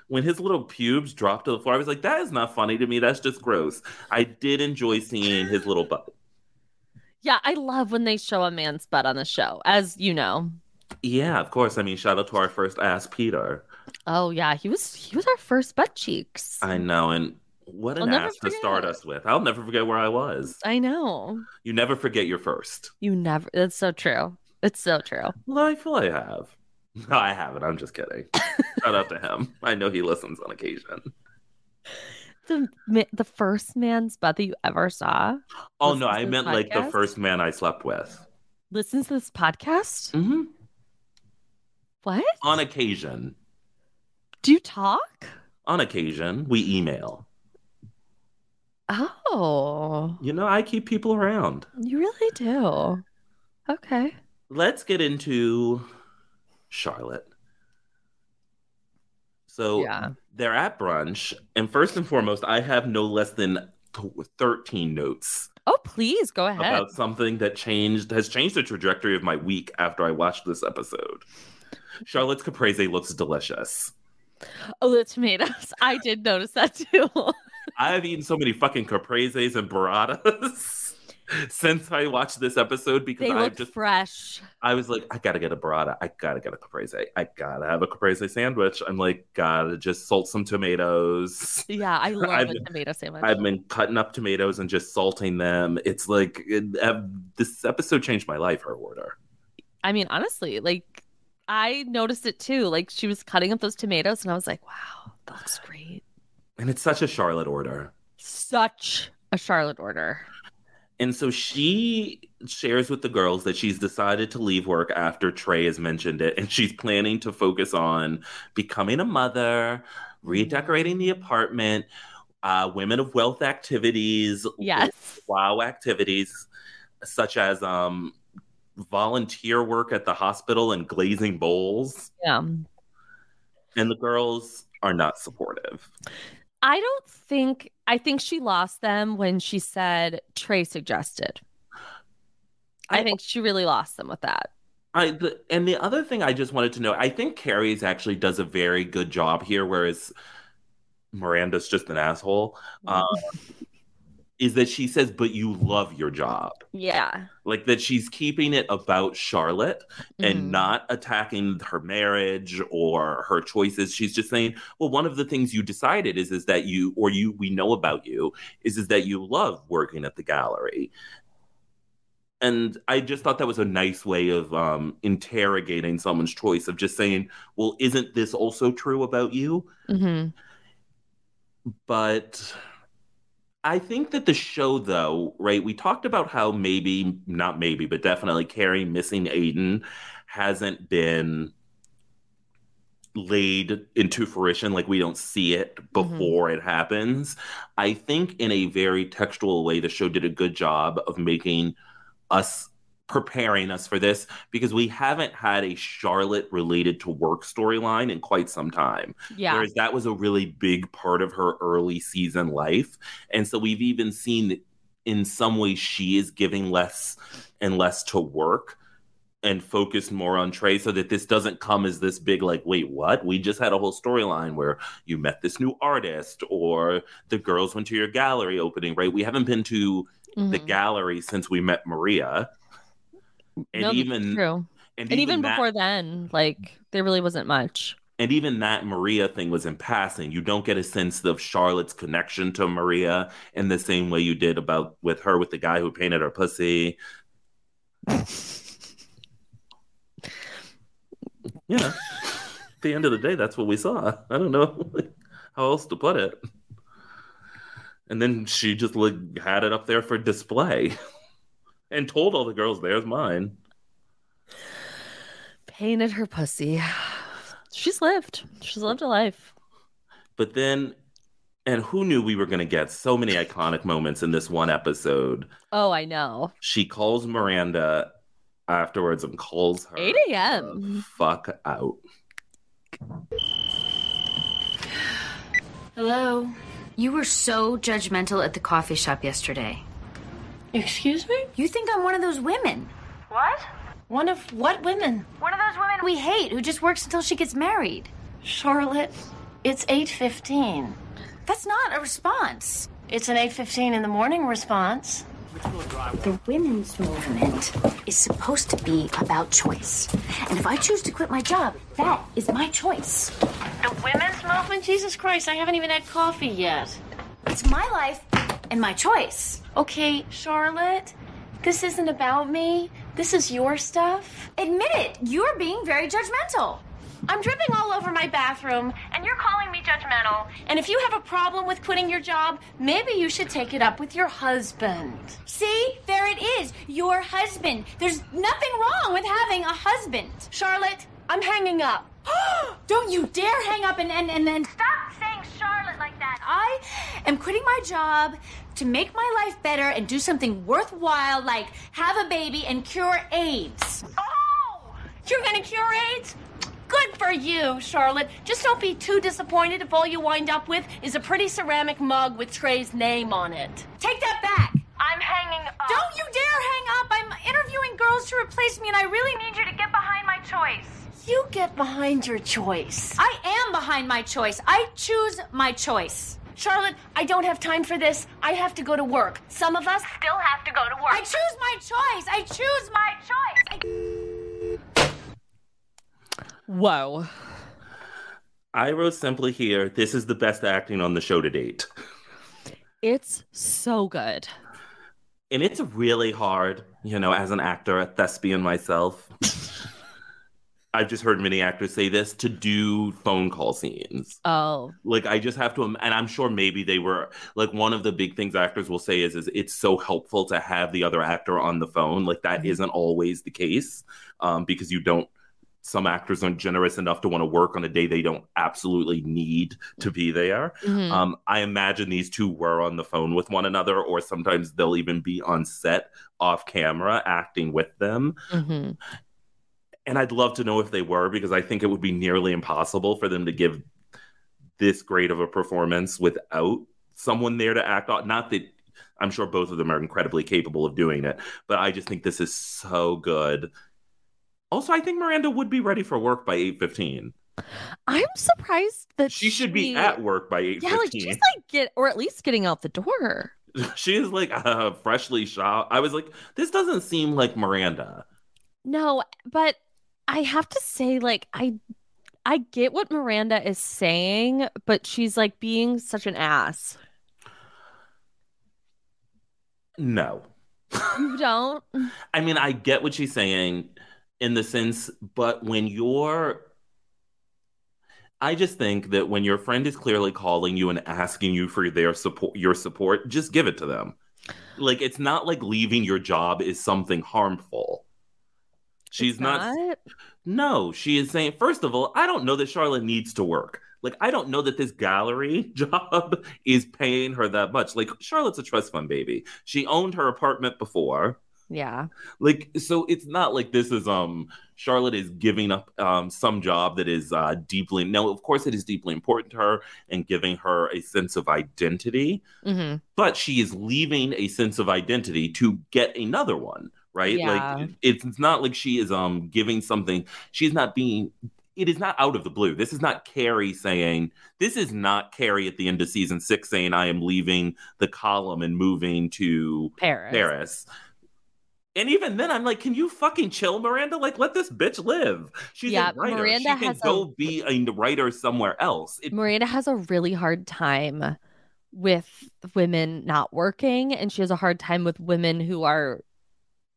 when his little pubes dropped to the floor, I was like, that is not funny to me. That's just gross. I did enjoy seeing his little butt.
Yeah, I love when they show a man's butt on the show, as you know.
Yeah, of course. I mean, shout out to our first ass Peter.
Oh yeah, he was he was our first butt cheeks.
I know, and What
I'll
an
never
ass to
forget
start
it.
us with. I'll never forget where I was.
I know.
You never forget your first.
You never. That's so true. It's so true.
Well, I feel I have. *laughs* No, I haven't. I'm
*laughs*
just kidding. Shout out to him. I know he listens on occasion.
The ma- the first man's butt that you ever saw
Oh
Listens
no,
to
I
this
meant like the
podcast?
first man I slept with.
listens to this podcast.
Mm-hmm.
What?
On occasion.
Do you talk?
On occasion, we email.
Oh,
You know, I keep people around.
you really do. Okay.
Let's get into Charlotte. So
Yeah.
they're at brunch, and first and foremost, I have no less than thirteen notes
Oh, please go ahead.
about something that changed has changed the trajectory of my week after I watched this episode. Charlotte's caprese looks delicious.
oh, the tomatoes. I did notice that too. *laughs*
I've eaten so many fucking capreses and burratas *laughs* since I watched this episode because
they
I
look
just
fresh.
I was like, I gotta get a burrata, I gotta get a caprese, I gotta have a caprese sandwich. I'm like, gotta just salt some tomatoes.
Yeah,
*laughs*
I love
I've-
a tomato sandwich.
I've been cutting up tomatoes and just salting them. It's like it, uh, this episode changed my life. Her order.
I mean, honestly, like I noticed it too. Like she was cutting up those tomatoes, and I was like, wow, that looks great.
And it's such a Charlotte order.
Such a Charlotte
*laughs*
order.
And so she shares with the girls that she's decided to leave work after Trey has mentioned it. And she's planning to focus on becoming a mother, redecorating the apartment, uh, women of wealth activities,
Yes.
wow activities, such as um, volunteer work at the hospital and glazing bowls.
Yeah.
And the girls are not supportive.
I don't think, I think she lost them when she said Trey suggested. I,
I-
think she really lost them with that.
I the, and the other thing I just wanted to know, I think Carrie's actually does a very good job here, whereas Miranda's just an asshole. Um, is that she says, "But you love your job,"
Yeah.
like that she's keeping it about Charlotte
Mhm.
and not attacking her marriage or her choices. She's just saying, "Well, one of the things you decided is is that you or you we know about you is is that you love working at the gallery." And I just thought that was a nice way of um, interrogating someone's choice of just saying, "Well, isn't this also true about you?"
Mhm.
but I think that the show, though, right? We talked about how maybe, not maybe, but definitely Carrie missing Aiden hasn't been laid into fruition. Like we don't see it before it happens. I think in a very textual way, the show did a good job of making us preparing us for this because we haven't had a Charlotte related to work storyline in quite some time.
Yeah.
Whereas that was a really big part of her early season life. And so we've even seen that in some ways she is giving less and less to work and focused more on Trey so that this doesn't come as this big, like, wait, what? We just had a whole storyline where you met this new artist or the girls went to your gallery opening, right? We haven't been to the
Mhm.
gallery since we met Maria. And
No, that's
even
true. And even
that-
before then, like there really wasn't much.
and even that Maria thing was in passing. You don't get a sense of Charlotte's connection to Maria in the same way you did about with her with the guy who painted her pussy. yeah. At the end of the day, that's what we saw. I don't know *laughs* how else to put it. And then she just like had it up there for display *laughs* and told all the girls, there's mine.
Painted her pussy. She's lived. She's lived a life.
But then, and who knew we were going to get so many iconic moments in this one episode?
Oh, I know.
She calls Miranda afterwards and calls her
8 a.m.
the Fuck out.
Hello.
You were so judgmental at the coffee shop yesterday.
Excuse me?
You think I'm one of those women.
What?
One of what women?
One of those women
We hate who just works until she gets married.
Charlotte, it's 8:15. That's not a response. It's an 8:15 in the morning response.
The women's movement is supposed to be about choice. And if I choose to quit my job, that is my choice.
The women's movement? Jesus Christ, I haven't even had coffee yet.
It's my life and my choice.
Okay, Charlotte, this isn't about me. This is your stuff.
Admit it, you're being very judgmental.
I'm dripping all over my bathroom, and you're calling me judgmental. And if you have a problem with quitting your job, maybe you should take it up with your husband.
See, there it is, your husband. There's nothing wrong with having a husband.
Charlotte, I'm hanging up.
*gasps* Don't you dare hang up and and and then stop saying Charlotte like that. I am quitting my job to make my life better and do something worthwhile like have a baby and cure AIDS.
Oh, you're gonna cure AIDS? Good for you, Charlotte. Just don't be too disappointed if all you wind up with is a pretty ceramic mug with Trey's name on it.
Take that back.
I'm hanging up.
Don't you dare hang up. I'm interviewing girls to replace me and I really need you to get behind my choice.
You get behind your choice.
I am behind my choice. I choose my choice.
Charlotte, I don't have time for this. I have to go to work. Some of us still have to go to work.
I choose my choice. I choose my choice.
Whoa.
I wrote simply here, this is the best acting on the show to date.
It's so good.
And it's really hard, you know, as an actor, a thespian myself. I've just heard many actors say this to do phone call scenes.
Oh,
Like I just have to and I'm sure maybe they were like one of the big things actors will say is is it's so helpful to have the other actor on the phone. Like that not always the case. Um, because you don't some actors aren't generous enough to want to work on a day they don't absolutely need to be there.
Mhm.
Um, I imagine these two were on the phone with one another, or sometimes they'll even be on set off camera acting with them.
Mhm.
And I'd love to know if they were, because I think it would be nearly impossible for them to give this great of a performance without someone there to act on. Not that I'm sure both of them are incredibly capable of doing it, but I just think this is so good. Also, I think Miranda would be ready for work by 8.15.
I'm surprised that
She should be at work by 8.15.
Yeah, like she's like get or at least getting out the door.
*laughs* she is like uh, freshly shot. I was like, this doesn't seem like Miranda.
No, but I have to say, like, I I get what Miranda is saying, but she's like being such an ass.
No.
You don't?
I mean, I get what she's saying in the sense, but when you're. I just think that when your friend is clearly calling you and asking you for their support, your support, just give it to them. Like it's not like leaving your job is something harmful. She's
It's
not No, she is saying, first of all, I don't know that Charlotte needs to work. Like, I don't know that this gallery *laughs* job is paying her that much. Like, Charlotte's a trust fund baby. She owned her apartment before.
Yeah.
Like, so it's not like this is, um, Charlotte is giving up, um, some job that is, uh, deeply, no, of course it is deeply important to her and giving her a sense of identity,
hmm
but she is leaving a sense of identity to get another one right
Yeah.
like it's, it's not like she is um giving something she's not being it is not out of the blue this is not carrie saying this is not carrie at the end of season six saying i am leaving the column and moving to
Paris.
paris and even then i'm like can you fucking chill miranda like let this bitch live she's
Yeah,
a writer
Miranda
she can
has a-
go be a writer somewhere else it,
Miranda has a really hard time with women not working, and she has a hard time with women who are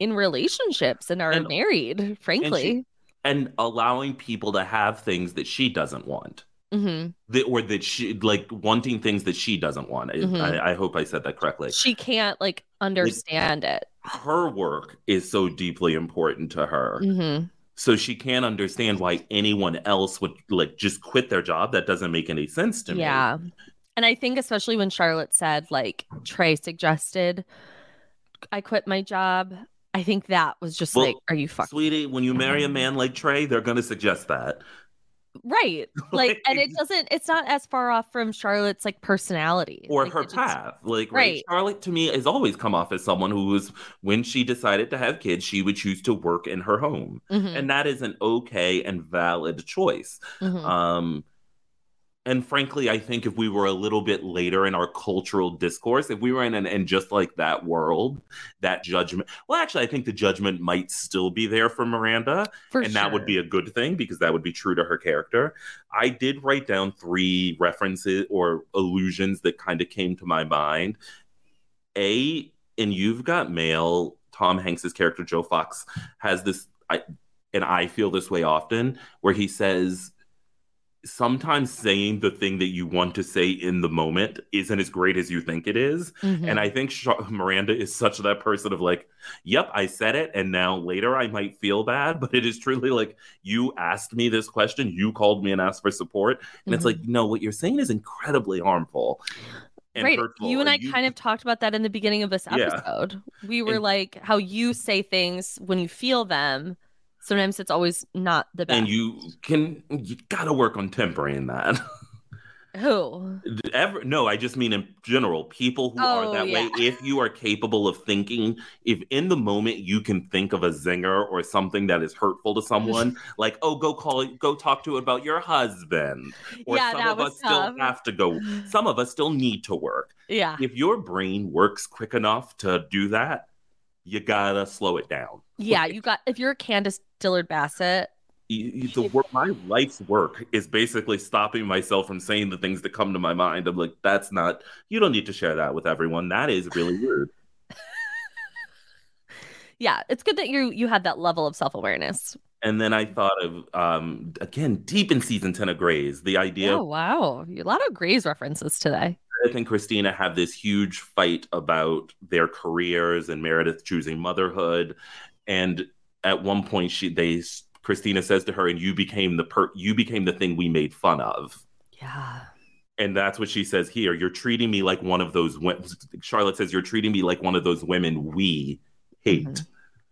in relationships and are
And-
married, frankly.
and allowing people to have things that she doesn't want
Mhm.
that or that she like wanting things that she doesn't want. I-
Mhm.
I, I hope I said that correctly.
She can't like understand it.
Her work is so deeply important to her,
hmm
so she can't understand why anyone else would like just quit their job. That doesn't make any sense to me.
Yeah. And I think especially when Charlotte said like Trey suggested I quit my job, I think that was just
Well,
like are you fucking
Sweetie, when you marry a man like Trey, they're going to suggest that. *laughs*
right? Like and it
Like-
doesn't it's not as far off from Charlotte's like personality
or
Like,
her
it just-
path. Like,
Right.
right. Charlotte to me has always come off as someone who was, when she decided to have kids, she would choose to work in her home.
Mhm, Mm. mm-hmm.
uh, And that is an okay and valid choice.
mhm.
Um, And frankly, I think if we were a little bit later in our cultural discourse, if we were in an and just like that world, that judgment. Well, actually, I think the judgment might still be there for Miranda,
For
and that would be a good thing because that would be true to her character. I did write down three references or allusions that kind of came to my mind. A in You've Got Mail, Tom Hanks's character Joe Fox has this, I, and I feel this way often, where he says, sometimes saying the thing that you want to say in the moment isn't as great as you think it is.
Mhm.
Mm-hmm, Mm.
And I think Sha *laughs* Miranda is such that person of like, yep, I said it. And now later I might feel bad, *laughs* but it is truly like, you asked me this question, you called me and asked for support. And it's
Mhm.
like, no, what you're saying is incredibly harmful. And
right.
hurtful.
You and I
you-
kind of talked about that in the beginning of this
Yeah.
episode. We were like how you say things when you feel them. Sometimes it's always not the best.
and you can, you gotta work on tempering that. *laughs*
Who?
Ever, no, I just mean in general, people who
Oh,
are that
yeah.
way, if you are capable of thinking, if in the moment you can think of a zinger or something that is hurtful
*laughs*
to someone, like, oh, go call, go talk to it about your husband. Or
Yeah,
some
that
of
was
us
tough. Ah.
still have to go, some of us still need to work.
Yeah.
If your brain works quick enough to do that, you gotta slow it down.
Yeah, you got if you're a Candace Dillard Bassett,
You- you- the work, my life's work is basically stopping myself from saying the things that come to my mind. I'm like, that's not. You don't need to share that with everyone. That is really rude.
yeah, it's good that you you had that level of self awareness.
And then I thought of um again deep in season ten of Grays, the idea
Oh
of
wow, a lot of Grays references today.
Meredith and Christina have this huge fight about their careers and Meredith choosing motherhood. And at one point, she they Christina says to her, "And you became the per you became the thing we made fun of."
Yeah.
And that's what she says here. You're treating me like one of those. Wo-. Charlotte says you're treating me like one of those women we hate.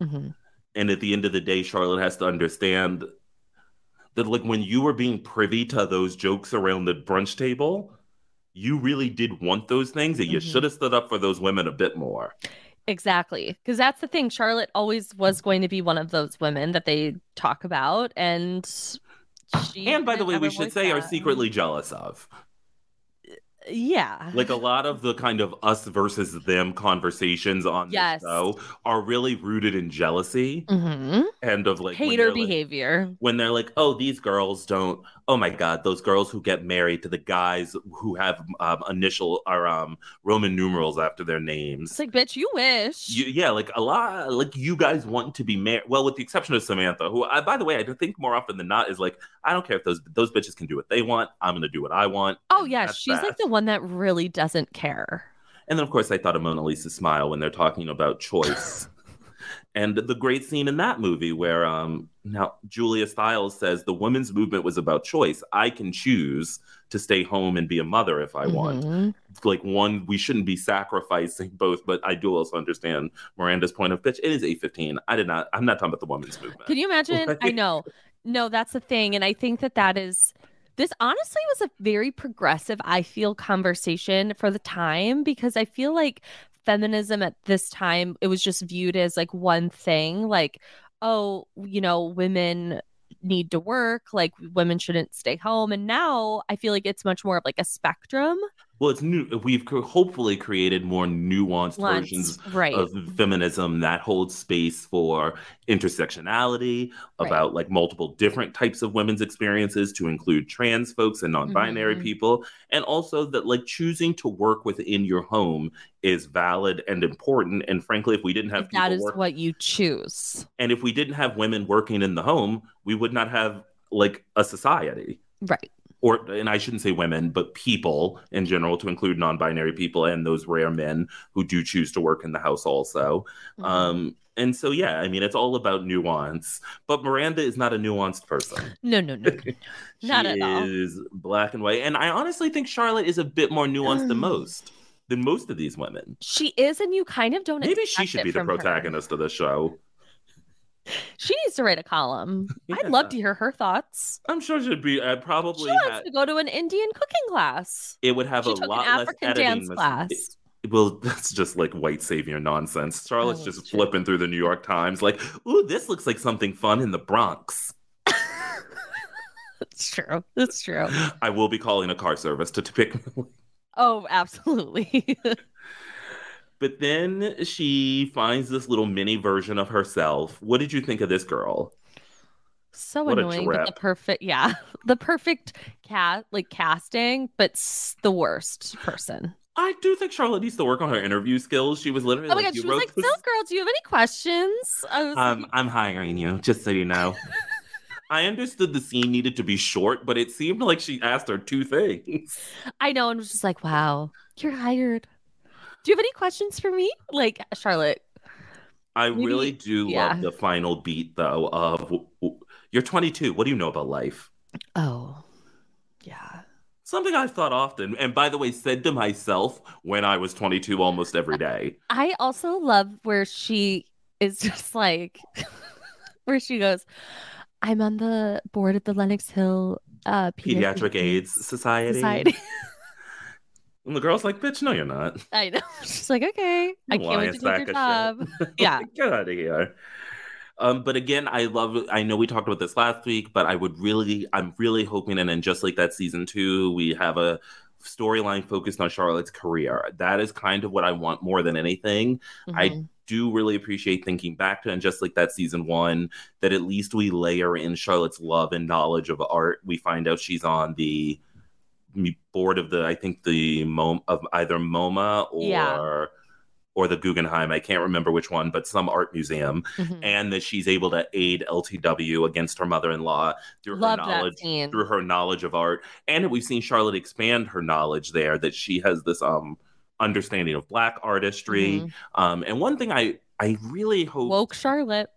Mm-hmm.
and at the end of the day charlotte has to understand that like when you were being privy to those jokes around the brunch table you really did want those things and you
Mm-hmm.
should have stood up for those women a bit more
Exactly. Because that's the thing. Charlotte always was going to be one of those women that they talk about. And she.
and by the way we
never
should
voiced
say are
that.
secretly jealous of
Uh, Yeah.
like a lot of the kind of us versus them conversations on
Yes.
this show are really rooted in jealousy
Mm-hmm.
and of like when
Hater
they're, like-
behavior.
when they're like, "Oh, these girls don't." Oh my God, those girls who get married to the guys who have um, initial or um, Roman numerals after their names.
It's like, bitch, you wish.
You, yeah, like a lot, like you guys want to be married. Well, with the exception of Samantha, who, I, by the way, I don't think more often than not is like, I don't care if those those bitches can do what they want. I'm gonna do what I want.
oh, yeah.
that's
She's like
that.
the one that really doesn't care.
And then, of course, I thought of Mona Lisa's smile when they're talking about choice. and the great scene in that movie where um, now Julia Stiles says the women's movement was about choice. I can choose to stay home and be a mother if I
Mm-hmm.
want. Like, one, we shouldn't be sacrificing *laughs* both, but I do also understand Miranda's point of bitch. It is 815. I did not, I'm not talking about the women's movement.
Can you imagine? I
Like-
know. No, that's the thing. And I think that that is, this honestly was a very progressive, I feel, conversation for the time because I feel like feminism at this time, it was just viewed as like one thing, like, oh, you know, women need to work, like women shouldn't stay home. And now I feel like it's much more of like a spectrum.
Well, it's new. We've cr- hopefully created more nuanced
Nuanced,
versions
right.
of feminism that hold space for intersectionality, about like multiple different types of women's experiences to include trans folks and non binary
Mhm.
people. And also that like choosing to work within your home is valid and important. And frankly, if we didn't have
That
people
is
work-
what you choose.
and if we didn't have women working in the home, we would not have like a society
Right.
or and I shouldn't say women, but people in general, to include non-binary people and those rare men who do choose to work in the house also.
Mm-hmm.
Um, and so yeah, I mean it's all about nuance. But Miranda is not a nuanced person.
No, no, no.
*laughs*
Not
she
at all.
is black and white. And I honestly think Charlotte is a bit more nuanced
Mm.
than most than most of these women.
She is, and you kind of don't.
Maybe she
expect
should
it
be the
from her.
protagonist of the show.
She needs to write a
*laughs*
column. I'd love
Yeah.
to hear her thoughts.
I'm sure she'd be uh, probably
She wants
ha-
to go to an Indian cooking class.
it would have
She
a
took an
lot
African
less editing
dance
mis-
class.
it- well, *laughs* that's just like white savior nonsense. Charlotte's
Oh,
just flipping through the New York Times, like, "Ooh, this looks like something fun in the Bronx."
*laughs* It's true. It's true.
I will be calling a car service to, to pick *laughs* me up.
Oh, absolutely. *laughs*
But then she finds this little mini version of herself. What did you think of this girl?
so
What a
annoying, but the
trip.
perfect, yeah, *laughs* the perfect cast, like casting, but s- the worst person.
I do think Charlotte needs to work on her interview skills. She was literally
Oh my
like,
god,
you
she was
wrote
like, "So,
this-
girl, do you have any questions?" I was like,
um, I'm hiring you, just so
*laughs*
you know. I understood the scene needed to be short, but it seemed like she asked her two things.
I know, and was just like, "Wow, you're hired." Do you have any questions for me? Like Charlotte,
I really do
yeah.
love the final beat, though, of w- w- you're 22. What do you know about life?
Oh, yeah.
Something I've thought often, and by the way, said to myself when I was 22 almost every day.
I also love where she is *laughs* just like, where she goes, "I'm on the board of the Lenox Hill uh,
Pediatric AIDS Society. *laughs*
Society."
And the girl's like, bitch, no, you're not. *laughs*
I know. *laughs* She's like, okay, I can't wait to
Lion
take your
sack
job.
*laughs*
yeah.
Get out of here. Um, but again, I love. I know we talked about this last week, but I would really, I'm really hoping, and then just like that season two, we have a storyline focused on Charlotte's career. That is kind of what I want more than anything. I
Mhm.
do really appreciate thinking back to, and just like that season one, that at least we layer in Charlotte's love and knowledge of art. We find out she's on the m- board of the, I think the Mo- of either MoMA or
Yeah.
or the Guggenheim, I can't remember which one, but some art museum,
Mhm.
and that she's able to aid LTW against her mother-in-law through
Love
her
that
knowledge
scene.
through her knowledge of art, and that we've seen Charlotte expand her knowledge there that she has this um understanding of black artistry.
Mhm.
Um, and one thing I I really hope
Woke Charlotte.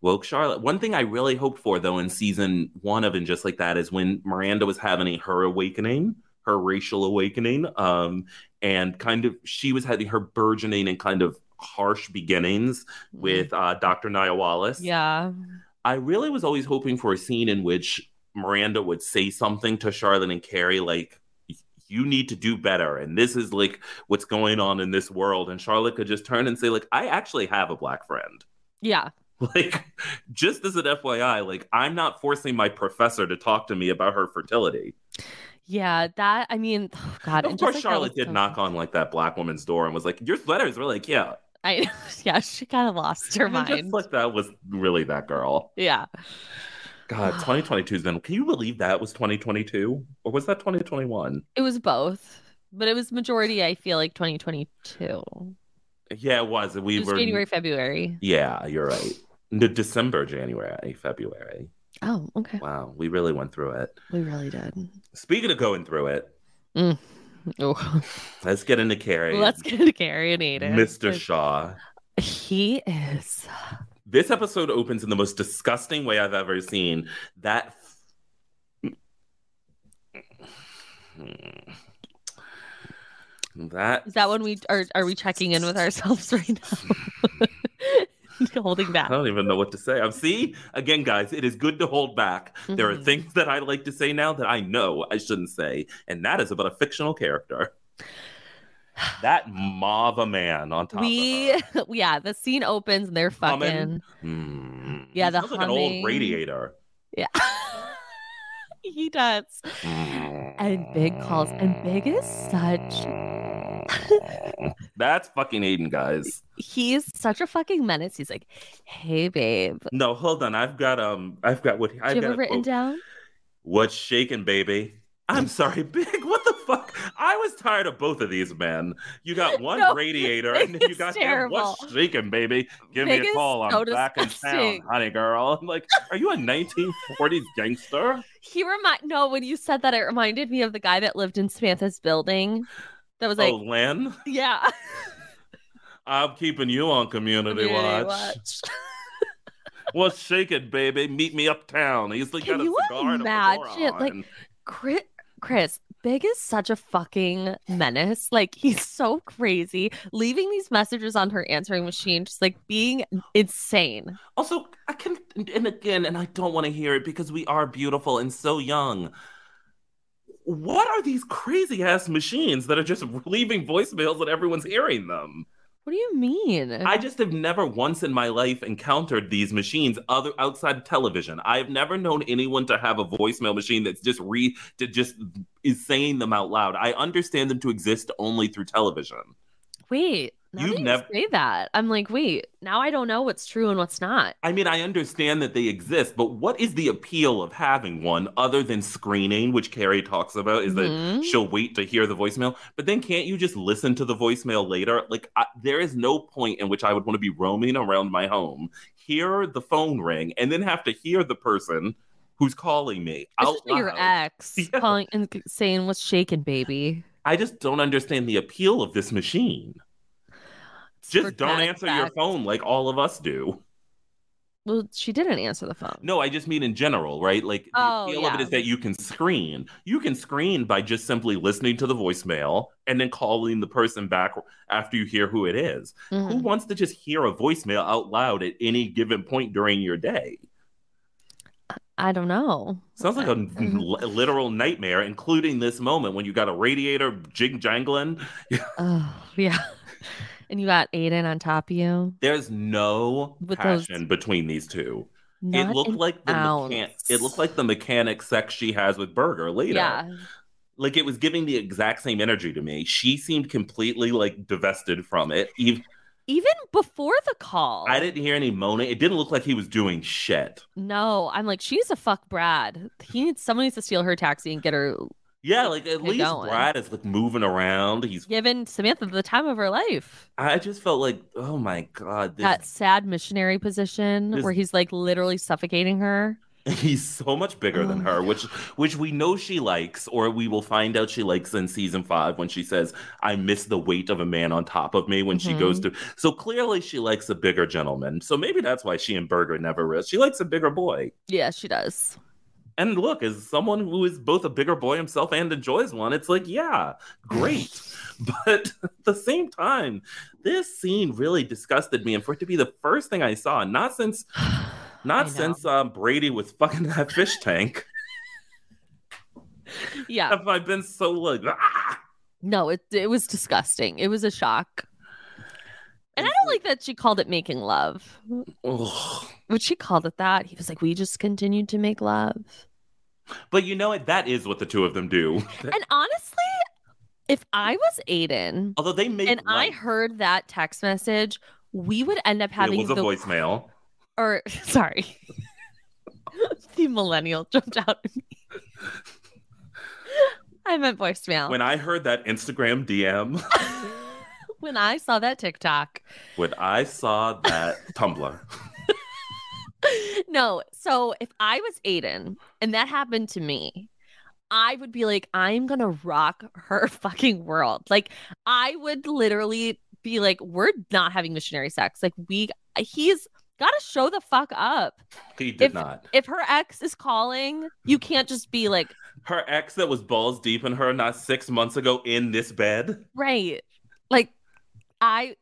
woke Charlotte. One thing I really hoped for though in season one of and just like that is when Miranda was having her awakening, her racial awakening, um, and kind of she was having her burgeoning and kind of harsh beginnings with uh, Dr. Nia Wallace.
Mm-hmm. Yeah.
I really was always hoping for a scene in which Miranda would say something to Charlotte and Carrie like you need to do better and this is like what's going on in this world and Charlotte could just turn and say like I actually have a black friend *laughs*
Yeah.
like just as an FYI, like I'm not forcing my professor to talk to me about her fertility.
Yeah. That, I mean, *sighs* oh, God.
of
and just like
course,
oh, that
Charlotte
was
did
so-
knock on like that black woman's door and was like, "Your sweater is really cute."
I, *laughs* yeah. She kind of lost her
And then just
mind.
like that was really that girl.
yeah. *sighs*
God, 2022's been. Can you believe that was 2022 or was that 2021?
It was both, but it was majority, I feel like 2022.
Yeah, it was. We
It was
were
January, February.
Yeah, you're right. No, December, January, February.
Oh, okay.
Wow, we really went through it.
We really did.
Speaking of going through it,
Mm. Oh. *laughs*
let's get into Carrie.
Let's get to Carrie and Aiden.
Mr. Shaw.
He is.
This episode opens in the most disgusting way I've ever seen. That Hmm. that
Is that when we are? Are we checking in with ourselves *laughs* right now? *laughs* Holding
I
back.
don't even know what to say. I'm see again, guys. It is good to hold back. There are
Mhm.
things that I like to say now that I know I shouldn't say, and that is about a fictional character. *sighs* That mava man on top.
We, *laughs* yeah, the scene opens and they're
of
fucking.
her. Humming. Hmm.
Yeah,
He
the
sounds like an old
humming.
radiator.
Yeah. *laughs* he does.
Hmm.
And Big calls, and Big is such,
That's fucking Aiden, guys.
he is such a fucking menace. He's like, hey, babe,
No, hold on. I've got um. I've got what
do
I've
you
got.
have it
a
written
quote.
down?
What's shaking, baby? I'm sorry, *laughs* big. What the fuck? I was tired of both of these men.
*laughs*
You got one
No,
radiator,
Big
and then you
is
got
terrible.
him. What's shaking, baby? Give
Big
me
is
a call. I'm
so
back in
disgusting.
town, honey girl. I'm like, are you a 1940s
*laughs*
gangster?
He remind, no, when you said that, it reminded me of the guy that lived in Samantha's building that was like,
oh, Lynn,
*laughs* yeah.
I'm keeping you on community,
Community
watch.
watch.
What's shaking, baby? Meet me uptown. He's like
Can
got a
you
cigar and a
imagine,
fedora
like,
on.
Chris, Chris, Big is such a fucking menace. Like he's so crazy, leaving these messages on her answering machine, just like being insane.
Also, I can, and again, and I don't want to hear it because we are beautiful and so young. What are these crazy ass machines that are just leaving voicemails and everyone's hearing them?
What do you mean?
I just have never once in my life encountered these machines other outside of television. I've never known anyone to have a voicemail machine that's just re that just is saying them out loud. I understand them to exist only through television.
Wait, now
You've
that you
never-
say that. I'm like, wait, now I don't know what's true and what's not.
I mean, I understand that they exist, but what is the appeal of having one other than screening, which Carrie talks about, is
Mhm.
that she'll wait to hear the voicemail. But then can't you just listen to the voicemail later? Like, I, there is no point in which I would want to be roaming around my home, hear the phone ring, and then have to hear the person who's calling me out
Especially your
loud. *laughs*
ex calling and c- saying what's shaking, baby.
I just don't understand the appeal of this machine. Just don't
dramatic
answer your
effect.
phone like all of us do.
Well, she didn't answer the phone.
No, I just mean in general, right? Like the
Oh,
appeal of
yeah.
it is that you can screen. You can screen by just simply listening to the voicemail and then calling the person back after you hear who it is. Who
Mhm.
wants to just hear a voicemail out loud at any given point during your day?
I don't know.
Sounds like a
Mm-hmm.
n- li- literal nightmare, including this moment when you got a radiator jig jangling.
Oh, *laughs* yeah. and you got Aiden on top of you.
There's no
With those-
passion between these two. It
Not
looked
an
like the mechan-
ounce.
it looked like the mechanic sex she has with Burger later.
Yeah.
like it was giving the exact same energy to me. She seemed completely like divested from it. Even
Even before the call.
I didn't hear any moaning. It didn't look like he was doing shit.
No, I'm like, she's a fuck Brad. He needs somebody needs to steal her taxi and get her
Yeah, like at
Keep
least
going.
Brad is like moving around. He's.
given Samantha the time of her life.
I just felt like, oh my god, this,
that sad missionary position
this-
where he's like literally suffocating her.
*laughs* he's so much bigger than her, which which we know she likes, or we will find out she likes in season five when she says, "I miss the weight of a man on top of me." When she goes
Mm-hmm.
to, so clearly she likes a bigger gentleman. So maybe that's why she and Berger never risk. She likes a bigger boy.
Yeah, she does.
And look, as someone who is both a bigger boy himself and enjoys one, it's like, yeah, great.
*laughs*
but at the same time, this scene really disgusted me. And for it to be the first thing I saw, not
*sighs*
since not since um, Brady was fucking that
*laughs*
fish tank
Yeah.
have I been so like "Ah!"
No, it it was disgusting. It was a shock. And I don't like that she called it making love.
Ugh.
When she called it that, he was like, We just continued to make love.
But you know what? That is what the two of
*laughs*
them do.
And honestly, if I was Aiden
Although they make
and I
light.
heard that text message, we would end up
it
having
was a
the *laughs*
voicemail.
or sorry. the millennial jumped out at
*laughs*
me. I meant voicemail.
When I heard that Instagram DM,
when I saw that TikTok.
when I saw that Tumblr.
No, so if I was Aiden and that happened to me, I would be like, I'm gonna rock her *laughs* fucking world. Like, I would literally be like, we're not having missionary sex. Like, we, he's gotta show the fuck up.
He did
If-
not.
If her ex is calling, you can't just be like,
her ex that was balls deep in her not six months ago in this bed.
right. Like, I,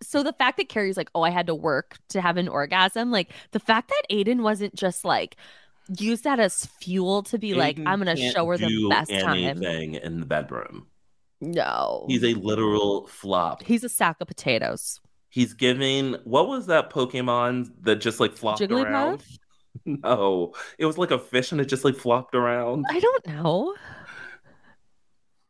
so the fact that Carrie's like, oh, I had to work to have an orgasm, like, the fact that Aiden wasn't just like, use that as fuel to be like,
Aiden
I'm gonna
can't
show her the
do
best time.
anything in the bedroom.
No.
He's a literal flop.
He's a sack of potatoes.
He's giving what was that Pokemon that just like flopped around? *laughs*
Jigglypuff?
No, it was like a fish and it just like flopped around.
I don't know.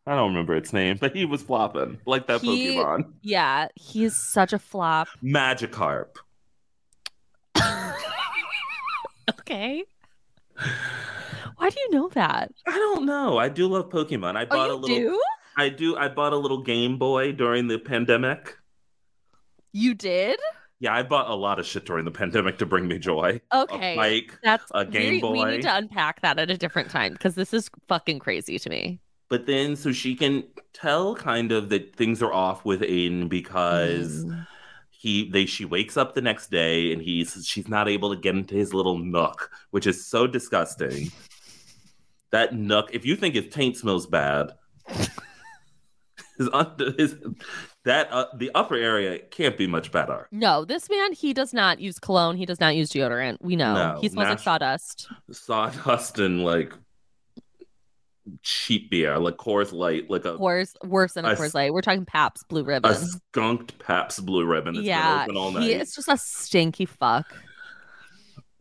I don't remember its name, but he was flopping like that
He-
Pokemon.
Yeah, he is such a
*laughs*
flop.
Magikarp.
Okay. Why do you know that?
I don't know. I do love Pokemon. I bought
Oh, you
a little.
do?
I do. I bought a little Game Boy during the pandemic.
You did?
Yeah, I bought a lot of shit during the pandemic to bring me joy.
Okay.
A bike,
That's
a Game
we, We
Boy.
need to unpack that at a different time because this is fucking crazy to me.
but then so she can tell kind of that things are off with Aiden because
Mm.
he they she wakes up the next day and he's she's not able to get into his little nook, which is so disgusting. That nook, if you think his taint smells bad, *laughs* his under his that uh, the upper area can't be much better.
No, this man, he does not use cologne. He does not use deodorant. We know.
No,
he smells like
natu-
sawdust.
Sawdust and like cheap beer, like Coors Light, like a
Coors, worse than a
I
Coors
s-
Light. We're talking Paps Blue
a
Ribbon.
skunked Pabst Blue Ribbon. that's been
Yeah,
open all
he
night.
is just a stinky fuck.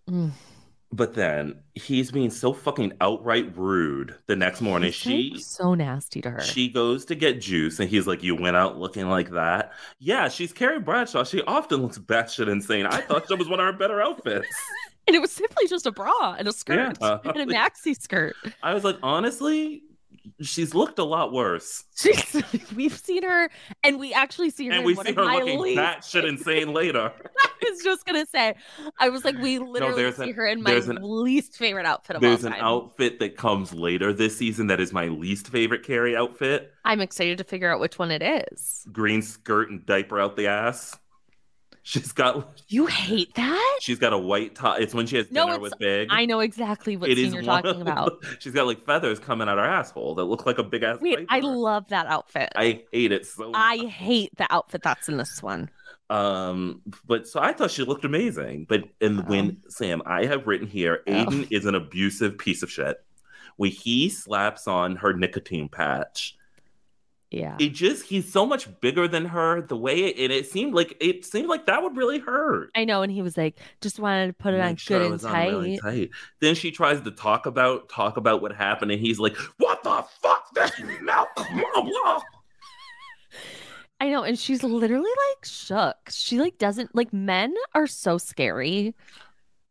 Mm.
But then he's being so fucking outright rude the next morning. She
so nasty to her.
she goes to get juice and he's like, You went out looking like that. Yeah, she's Carrie Bradshaw. She often looks batshit insane. I thought that was one of her better
*laughs*
outfits.
and it was simply just a bra and a skirt
Yeah.
and a maxi skirt. *laughs*
I was like, honestly, she's looked a lot worse.
She's, we've seen her, and we actually see her.
And
in
we
one
see
of
her
my
looking
least-
batshit
*laughs*
insane later.
I was just gonna say, I was like, we literally
there's
see
an-
her in my
there's an-
least favorite outfit of all
There's an
time.
outfit that comes later this season that is my least favorite Carrie outfit.
I'm excited to figure out which one it is.
Green skirt and diaper out the ass. She's got
You hate that?
she's got a white top. It's when she has
No,
dinner
it's-
with Big.
I know exactly what
It
scene
is
you're
one
talking
of *laughs*
about.
the- she's got like feathers coming out her asshole that look like a big ass.
Wait, I love that outfit. I,
I hate it so.
hate the outfit that's in this one.
um, but so I thought she looked amazing. But and when
Uh-huh.
Sam, I have written here, Aiden is an abusive piece of shit. When he slaps on her nicotine patch,
Yeah.
it just he's so much bigger than her. The way it, and it seemed like it seemed like that would really hurt.
I know, and he was like, just wanted to put it on
Make sure
good
it
and
was
tight.
on really tight. Then she tries to talk about talk about what happened, and he's like, "What the fuck? This milk, blah blah."
I know, and she's literally like shook. She like doesn't like men are so scary.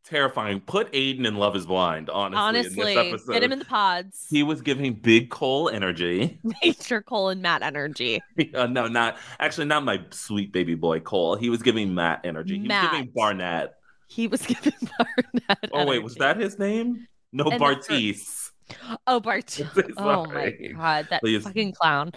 terrifying. Put Aiden in Love Is Blind, honestly.
Honestly,
in this episode.
get him in the pods.
*laughs* he was giving big Cole energy. *laughs*
Major Cole and Matt energy.
Uh, no, not actually, not my sweet baby boy Cole. He was giving Matt energy. He
Matt.
was giving Barnett.
He was *laughs* giving Barnett.
Oh wait, was
energy.
that his name? No,
And that's her-
Bartice. *laughs*
Oh, Bart. Oh my
Sorry.
god, that
Please.
fucking
*laughs*
clown.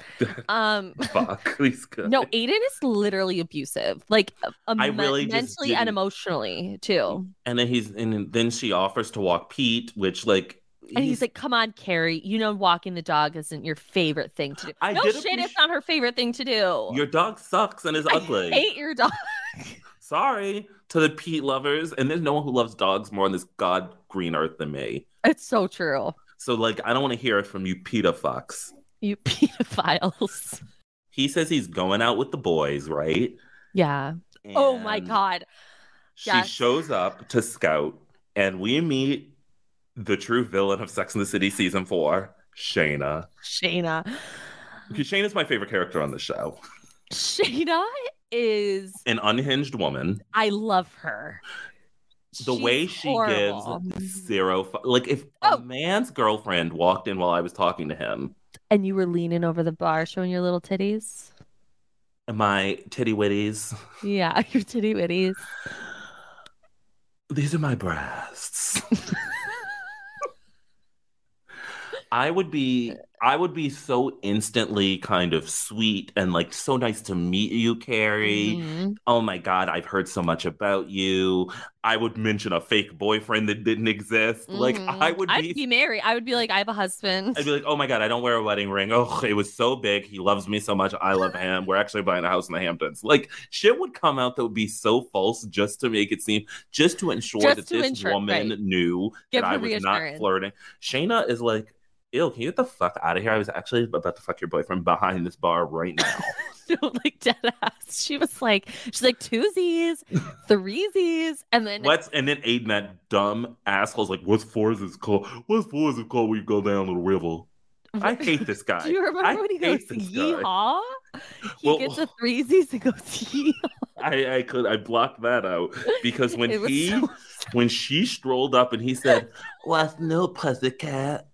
Um,
Fuck, he's good.
no, Aiden is literally abusive, like um,
I really just
mentally and
didn't-
emotionally too.
And then he's and then she offers to walk Pete, which like
And he's, like, "Come on, Carrie, you know walking the dog isn't your favorite thing to do.
I
no
did
shit, it's
appreciate-
not her favorite thing to do. *laughs*
your dog sucks and is ugly.
Hate your dog.
Sorry to the Pete lovers, and there's no one who loves dogs more on this god green earth than me.
It's so true.
So like I don't want to hear it from you PETA fucks.
You *laughs* pedophiles.
He says he's going out with the boys, right?
Yeah. oh my
And
god.
She
yes.
shows up to scout and we meet the true villain of Sex and the City season 4, Shayna.
Shayna.
Because Shayna's my favorite character on the show.
Shayna is
An unhinged woman.
I love her.
The
She's
way she
horrible.
gives zero fu- like if
Oh.
a man's girlfriend walked in while I was talking to him,
and you were leaning over the bar showing your little titties.
my titty witties,
Yeah, *laughs* your titty witties.
these are my
*laughs*
breasts. I would be I would be so instantly kind of sweet and like so nice to meet you, Carrie.
Mhm.
Oh my god, I've heard so much about you. I would mention a fake boyfriend that didn't exist. Like
Mhm.
I would
I'd
be,
be married. I would be like, I have a husband. *laughs*
I'd be like, "Oh my god, I don't wear a wedding ring. *laughs* Oh, it was so big. He loves me so much. I love him. We're actually buying a house in the Hamptons." Like shit would come out that would be so false just to make it seem just to ensure
Just
that
to
this
ensure-
woman
right.
knew
Give
that
her
I was
reassurance.
not flirting. Shayna is like, "Ew, can you get the fuck out of here? I was actually about to fuck your boyfriend behind this bar right now."
no, like dead ass. She was like, she's like
*laughs*
twosies, threesies, *laughs* and then *laughs*
What's and then Aiden that dumb asshole's like, "What's fours is called? What's fours is called when you go down to the river?" I hate this
*laughs*
guy.
Do you remember
I
when he goes
hate this guy.
yeehaw? He
Well-
gets a threesies and goes *laughs* yeehaw.
I, I could I blocked that out because
*laughs*
when
It was
he
so-
when she strolled up and he said, "What's new, pussycat?"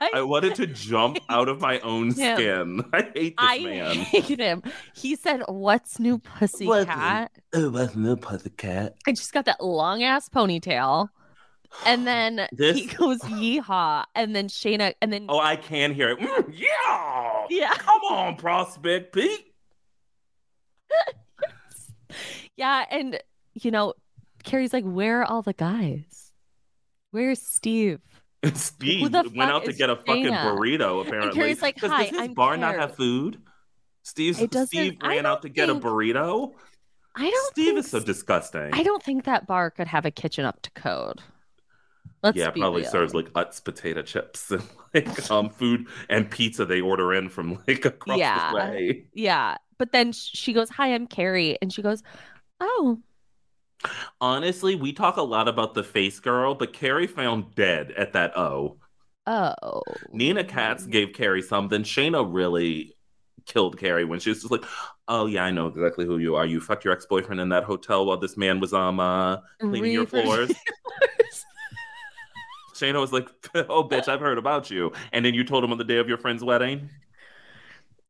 I
I,
wanted
*laughs*
to jump out of my own
Him.
skin. *laughs* I hate this
I *laughs*
man.
hate him. He said, "What's new, pussy
What's
cat?"
Oh, what's new, pussycat?
I just got that long ass ponytail,
*sighs*
and then he
This-
goes yeehaw, and then Shayna, and then
Oh, I can hear it. Mm, yeah,
yeah,
come on, Prospect *laughs* Pete.
yeah, and you know, Carrie's like, "Where are all the guys? Where's Steve?"
Steve
the fuck
went out to
is
get a fucking
Shayna?
burrito. Apparently,
Carrie's like,
does,
"Hi,
does his
I'm
bar not
Carrie."
have food? Steve,
It doesn't-
Steve
I
ran
don't
out to get a
think-
burrito.
I don't.
Steve
think
is so
s-
disgusting.
I don't think that bar could have a kitchen up to code. Let's
yeah,
be
probably
real.
serves like Utz potato chips and like um food and pizza they order in from like across
yeah.
the way.
Yeah. But then sh- she goes, Hi, I'm Carrie. And she goes, Oh,
Honestly, we talk a lot about the face girl, but Carrie found dead at that O.
oh.
Nina
Mm.
Katz gave Carrie something. Shayna really killed Carrie when she was just like, "Oh yeah, I know exactly who you are. You fucked your ex boyfriend in that hotel while this man was um uh, cleaning your
Reefer-
floors."
*laughs*
Shayna was like, "Oh bitch, I've heard about you." And then you told him on the day of your friend's wedding.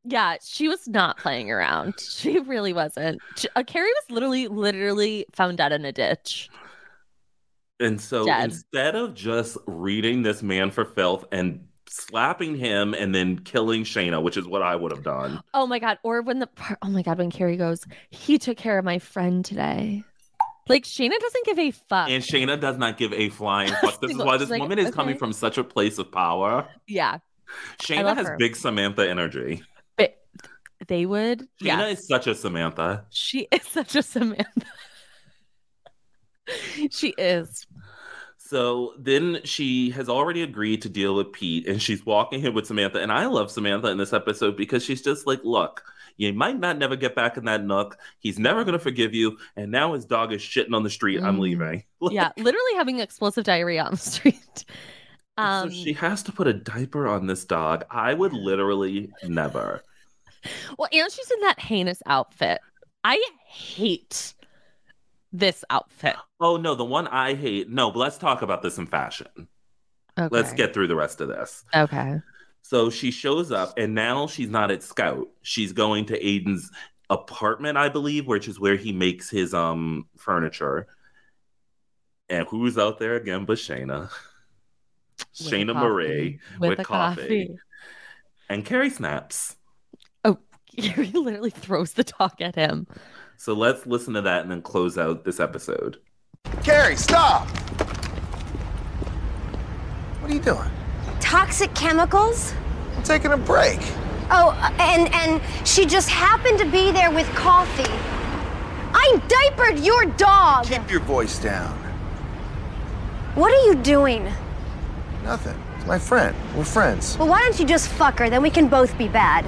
Yeah, she was not playing around. She really wasn't. She, uh, Carrie was literally, literally found dead in a ditch.
And so
Dead.
instead of just reading this man for filth and slapping him and then killing Shayna, which is what I would have done.
Oh my god! Or when the par- oh my god when Carrie goes, he took care of my friend today. Like Shayna doesn't give a fuck.
And Shayna does not give a
*laughs*
flying fuck. This is why this
She's Uh, like,
woman is coming
okay.
from such a place of power.
yeah,
Shayna
love
has
her.
big Samantha energy.
but they would.
Shayna
yeah,
is such a Samantha.
she is *laughs* such a Samantha. she is.
So then she has already agreed to deal with Pete and she's walking here with Samantha. And I love Samantha in this episode because she's just like, look, you might not never get back in that nook. He's never going to forgive you. And now his dog is shitting on the street. I'm
Mm.
leaving. *laughs*
Yeah, literally having explosive diarrhea on the street. Um,
so she has to put a diaper on this dog. I would literally never.
Well, and she's in that heinous outfit. I hate this outfit.
Oh no, the one I hate. No, but let's talk about this in fashion.
Okay.
Let's get through the rest of this.
Okay.
So she shows up, and now she's not at Scout. She's going to Aiden's apartment, I believe, which is where he makes his um furniture. And who's out there again but
With
Shayna?
a
Shayna
coffee.
Marie with coffee. And Carrie snaps.
Oh, *laughs* Gary literally throws the dog at him.
So let's listen to that and then close out this episode.
Carrie, stop! What are you doing?
Toxic chemicals?
I'm taking a break.
Oh, and and she just happened to be there with coffee. I diapered your dog.
Keep your voice down.
What are you doing?
Nothing. It's my friend. We're friends.
Well, why don't you just fuck her? Then we can both be bad.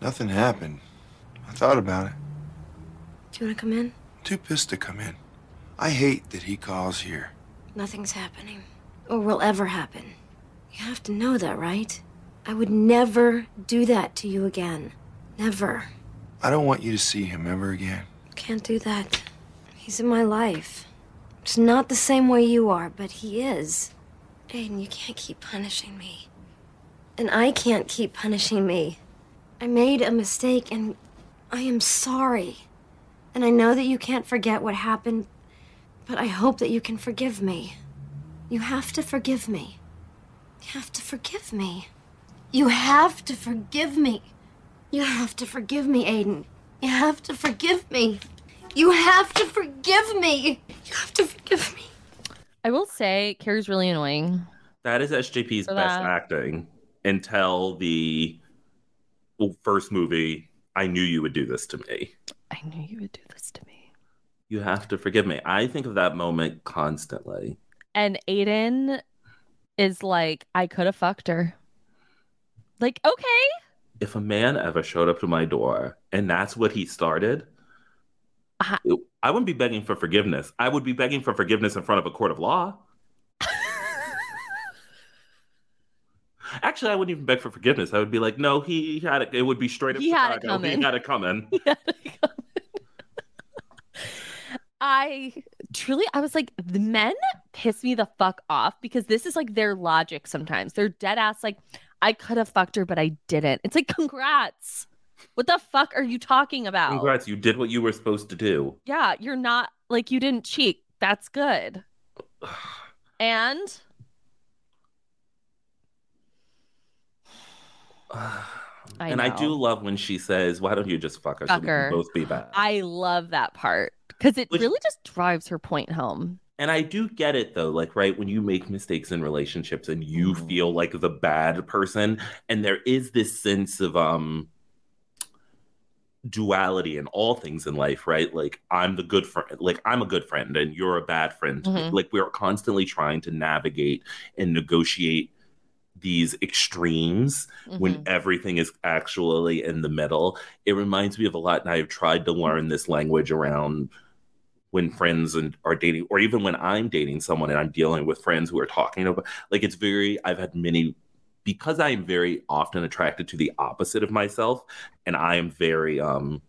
Nothing happened. I thought about it.
Do you want to come in?
Too pissed to come in. I hate that he calls here.
Nothing's happening. Or will ever happen. You have to know that, right? I would never do that to you again. Never.
I don't want you to see him ever again.
Can't do that. He's in my life. It's not the same way you are, but he is. Aiden, you can't keep punishing me. And I can't keep punishing me. I made a mistake and I am sorry. And I know that you can't forget what happened, but I hope that you can forgive me. You have to forgive me. You have to forgive me. You have to forgive me. You have to forgive me, Aiden. You have to forgive me. You have to forgive me. You have to forgive me.
I will say, Carrie's really annoying.
That is SJP's
For
best
that.
acting until the first movie. I knew you would do this to me.
I knew you would do this to me.
You have to forgive me. I think of that moment constantly.
And Aiden is like, I could have fucked her. Like, okay.
If a man ever showed up to my door and that's what he started,
Ah.
it- I wouldn't be begging for forgiveness. I would be begging for forgiveness in front of a court
*laughs*
of law. Actually, I wouldn't even beg for forgiveness. I would be like, no, he had it. It would be straight up.
He had it
Chicago.
coming.
He had
*laughs*
it coming.
I truly, I was like, the men piss me the fuck off because this is like their logic sometimes. They're dead ass, like, I could have fucked her, but I didn't. It's like, congrats. What the fuck are you talking about?
Congrats, you did what you were supposed to do.
Yeah, you're not like, you didn't cheat. That's good. And I
*sighs* and I do
know.
love when she says, "Why don't you just fuck her? so
Fuck
we
her.
can both be bad."
I love that part because it
Which-
really just drives her point home.
and I do get it though, like right when you make mistakes in relationships and you
Mhm.
feel like the bad person, and there is this sense of um, duality in all things in life, right? Like I'm the good friend, like I'm a good friend, and you're a bad friend. to me.
Mhm.
Like we are constantly trying to navigate and negotiate these extremes when
Mhm.
everything is actually in the middle. It reminds me of a lot, and I have tried to learn this language around when friends and are dating, or even when I'm dating someone and I'm dealing with friends who are talking about like it's very I've had many because I am very often attracted to the opposite of myself and I am very um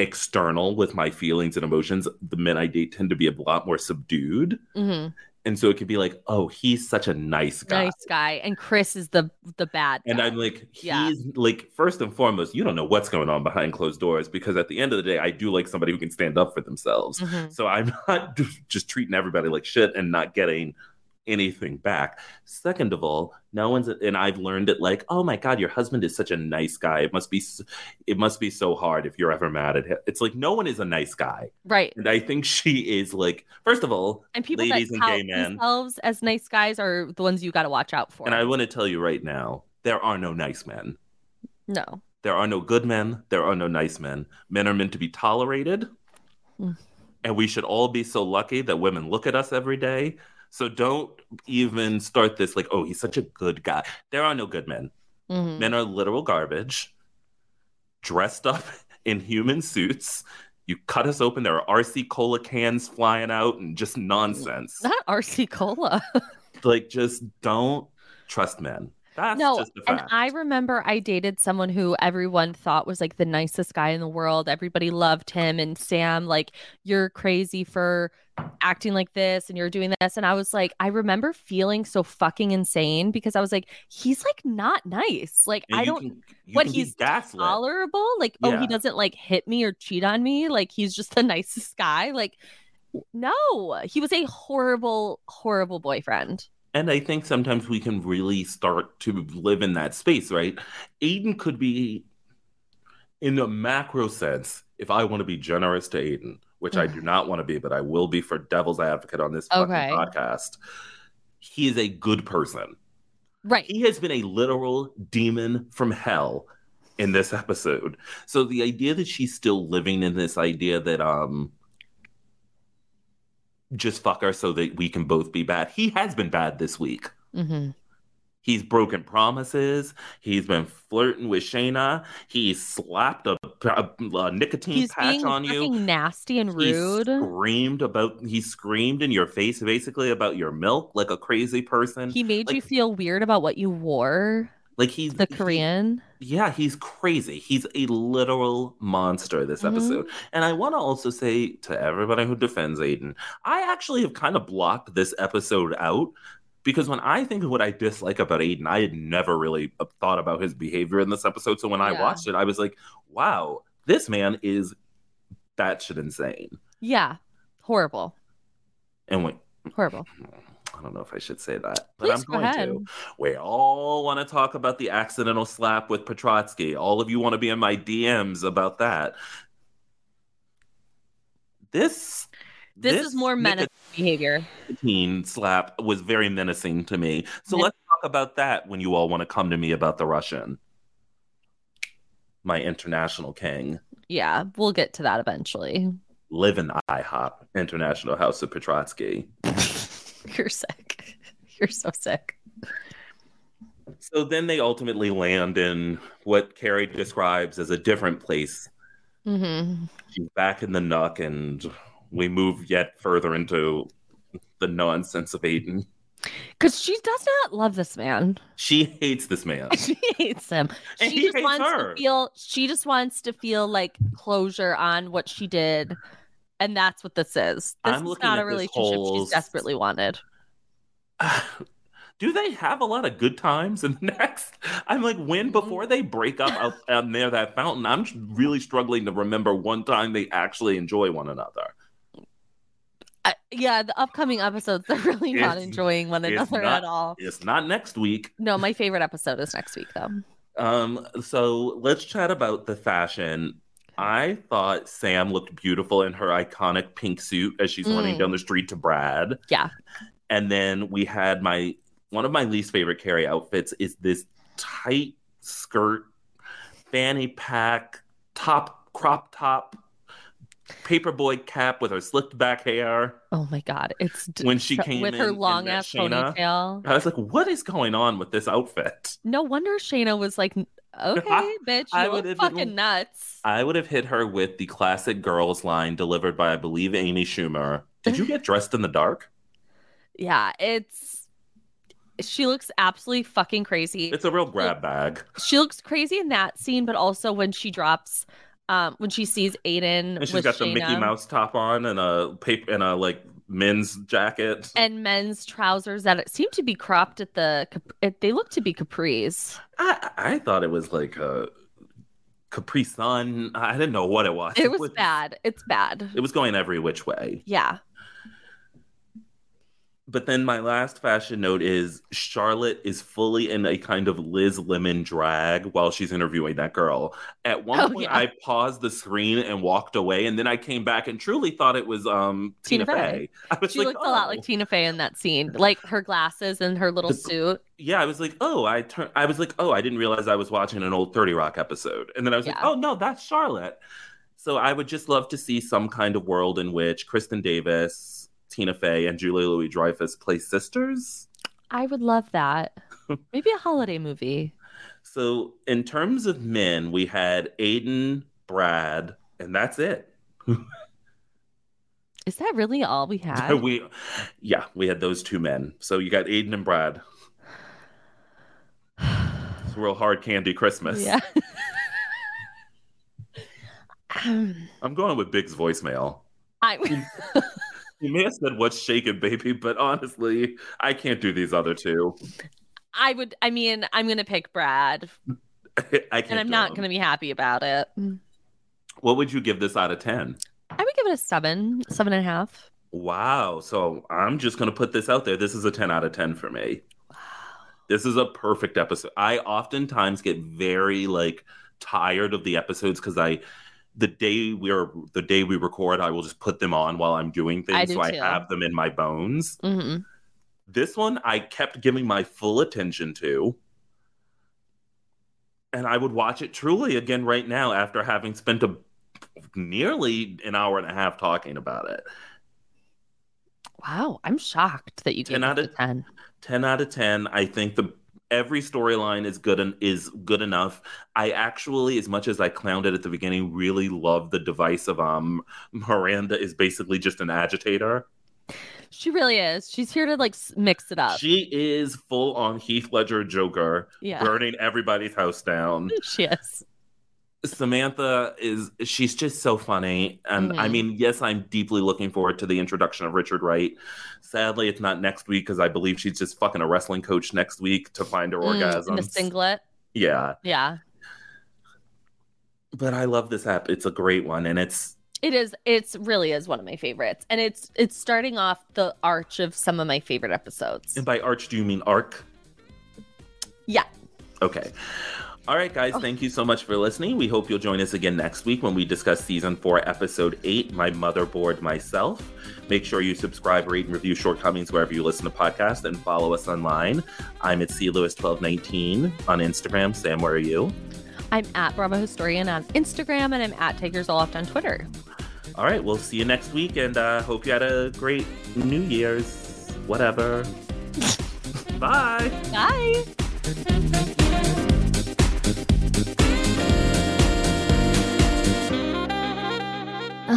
external with my feelings and emotions, the men I date tend to be a lot more subdued.
Mhm.
And so it could be like, oh, he's such a nice guy.
Nice guy. And Chris is the the bad.
And I'm like, he's
Yeah.
like, first and foremost, you don't know what's going on behind closed doors because at the end of the day, I do like somebody who can stand up for themselves.
Mm-hmm.
Mhm.
So I'm *laughs* not just treating everybody like shit and not getting anything back. Second of all, no one's, and I've learned it like, oh my God, your husband is such a nice guy. It must be, s- it must be so hard if you're ever mad at him. It's like, no one is a nice guy.
Right.
And I think she is like, first of all,
And people
ladies
that
and
tout
gay men.
themselves as nice guys are the ones you got to watch out for.
And I want to tell you right now, there are no nice men.
no.
There are no good men. There are no nice men. Men are meant to be tolerated.
Mm.
And we should all be so lucky that women look at us every day. So don't even start this like, oh, he's such a good guy. There are no good men.
Mhm.
Men are literal garbage, dressed up *laughs* in human suits. You cut us open. There are RC cola cans flying out and just
*laughs*
nonsense.
Not RC Cola.
like, just don't trust men. That's
no,
just a
and
fact.
I remember I dated someone who everyone thought was like the nicest guy in the world. Everybody loved him. And Sam, like, you're crazy for acting like this and you're doing this. And I was like, I remember feeling so fucking insane because I was like, he's like not nice. Like,
And
I
you
don't,
can- you
what
can be
he's
gaslit.
tolerable. Like, oh, he
Yeah.
doesn't like hit me or cheat on me. Like, he's just the *laughs* nicest guy. Like, no, he was a horrible, horrible boyfriend.
And I think sometimes we can really start to live in that space, right? Aiden could be, in a macro sense, if I want to be generous to Aiden, which I do not want to be, but I will be for devil's advocate on this fucking
Okay.
podcast, he is a good person.
Right.
He has been a literal demon from hell in this episode. So the idea that she's still living in this idea that, um, just fuck her so that we can both be bad. He has been bad this week.
Mm-hmm.
He's broken promises. He's been flirting with Shayna. He slapped a, a- a nicotine
He's
Mm, patch
being
on you.
fucking nasty and
He
rude.
screamed about. He screamed in your face, basically about your milk, like a crazy person.
He made
like,
you feel weird about what you wore.
like he's
The Korean.
yeah, he's crazy. He's a literal monster this
Mhm.
episode. And I want to also say to everybody who defends Aiden, I actually have kind of blocked this episode out because when I think of what I dislike about Aiden, I had never really uh, thought about his behavior in this episode. So when I
Yeah.
watched it, I was like, wow, this man is batshit insane.
Yeah. Horrible.
And wait,
Horrible.
I don't know if I should say that, but
Please
I'm
go
going
ahead.
to. We all want to talk about the accidental slap with Petrotsky. All of you want to be in my DMs about that. This
This, is more menacing behavior.
nicotine slap was very menacing to me. So let's talk about that when you all want to come to me about the Russian, my international king.
Yeah. We'll get to that eventually. *laughs*
Live in IHOP, International House of Petrotsky.
You're sick. *laughs* You're so sick.
So then they ultimately land in what Carrie describes as a different place.
Mm-hmm.
She's back in the nook, and we move yet further into the nonsense of Aiden.
Because she does not love this man. *laughs*
She hates this man.
she hates him.
And
She
he
just
hates
wants
her.
to feel. She just wants to feel like closure on what she did, and that's what this is. This
I'm
is
looking
not
at
a
this
relationship
whole-
she's desperately wanted.
Do they have a lot of good times in the *laughs* next? I'm like, when before they break up out, out near that fountain, I'm really struggling to remember one time they actually enjoy one another.
I, yeah, the upcoming episodes they're really not
It's-
enjoying one
It's
another
not-
at all.
It's not next week.
No, my favorite episode is next week though.
Um, so let's chat about the fashion. I thought Sam looked beautiful in her iconic pink suit as she's running
Mm.
down the street to Brad.
Yeah.
And then we had my one of my least favorite Carrie outfits is this tight skirt, fanny pack, top crop top, paperboy cap with her slicked back hair.
Oh my god, it's d-
When she
so-
came
with
in
her
in that
long ass
Shayna.
ponytail.
I was like, what is going on with this outfit?
No wonder Shayna was
*laughs*
like, "Okay, bitch,
I
you
would
look
have
fucking
been-
nuts."
I would have hit her with the classic girls line delivered by, I believe, Amy Schumer. Did you get dressed in the dark?
Yeah, it's she looks absolutely fucking crazy.
It's a real grab bag.
she looks crazy in that scene, but also when she drops, um, when she sees Aiden
And she's
with
got the
Shayna
Mickey Mouse top on and a paper and a like men's jacket.
and men's trousers that seem to be cropped at the, cap- it, they look to be capris.
I, I thought it was like a Capri Sun. I didn't know what it was.
It was bad. It's bad.
It was going every which way.
Yeah.
But then my last fashion note is Charlotte is fully in a kind of Liz Lemon drag while she's interviewing that girl. At one
Oh,
point,
yeah.
I paused the screen and walked away, and then I came back and truly thought it was um,
Tina
Tina,
Fey.
Fey. I was
She
like,
looked a lot
"Oh."
like Tina Fey in that scene, like her glasses and her little suit.
yeah, I was like, oh, I turn. I was like, oh, I didn't realize I was watching an old Thirty Rock episode, and then I was like,
Yeah.
oh no, that's Charlotte. So I would just love to see some kind of world in which Kristen Davis, Tina Fey, and Julia Louis Dreyfus play sisters.
I would love that.
*laughs*
Maybe a holiday movie.
So in terms of men, we had Aiden, Brad, and that's it. *laughs*
Is that really all we had?
we, yeah, we had those two men. So you got Aiden and
*sighs*
Brad. It's a real hard candy Christmas.
Yeah. *laughs* um,
I'm going with Big's voicemail.
I
You may have said what's shaking, baby, but honestly, I can't do these other two. *laughs*
I would I mean I'm gonna pick Brad
I can't.
and I'm
do
not
them.
gonna be happy about it. I
What would you give this out of ten?
would give it a seven, seven and a half.
Wow. So I'm just gonna put this out there. This is a ten out of ten for me. This is a perfect episode. I oftentimes get very like tired of the episodes because I the day we're the day we record, I will just put them on while I'm doing things.
I do
so I
too.
have them in my bones.
hmm
This one I kept giving my full attention to. And I would watch it truly again right now after having spent a nearly an hour and a half talking about it.
Wow, I'm shocked that you gave
10
it
out
a
of-
ten.
10 out of 10. I think the every storyline is good and is good enough. I actually as much as I clowned it at the beginning really love the device of um Miranda is basically just an agitator.
She really is. She's here to like s- mix it up.
She is full on Heath Ledger Joker
yeah,
burning everybody's house down.
*laughs* she is.
Samantha is she's just so funny. And I
Mhm.
mean, yes, I'm deeply looking forward to the introduction of Richard Wright. Sadly, it's not next week because I believe she's just fucking a wrestling coach next week to find her
Mm, in
orgasm.
the singlet.
yeah.
Yeah,
But I love this app. It's a great one. And it's
it is. It's really is one of my favorites, and it's it's starting off the arch of some of my favorite episodes.
and by arch do you mean arc?
Yeah.
Okay. All right, guys, thank you so much for listening. We hope you'll join us again next week when we discuss season four, episode eight, My Motherboard Myself. Make sure you subscribe, rate, and review Shortcomings wherever you listen to podcasts and follow us online. I'm at CLewis1219 on Instagram. Sam, where are you?
I'm at Bravo Historian on Instagram, and I'm at Takers Aloft on Twitter.
All right, we'll see you next week and uh, hope you had a great New Year's, whatever. Bye.
Bye.
a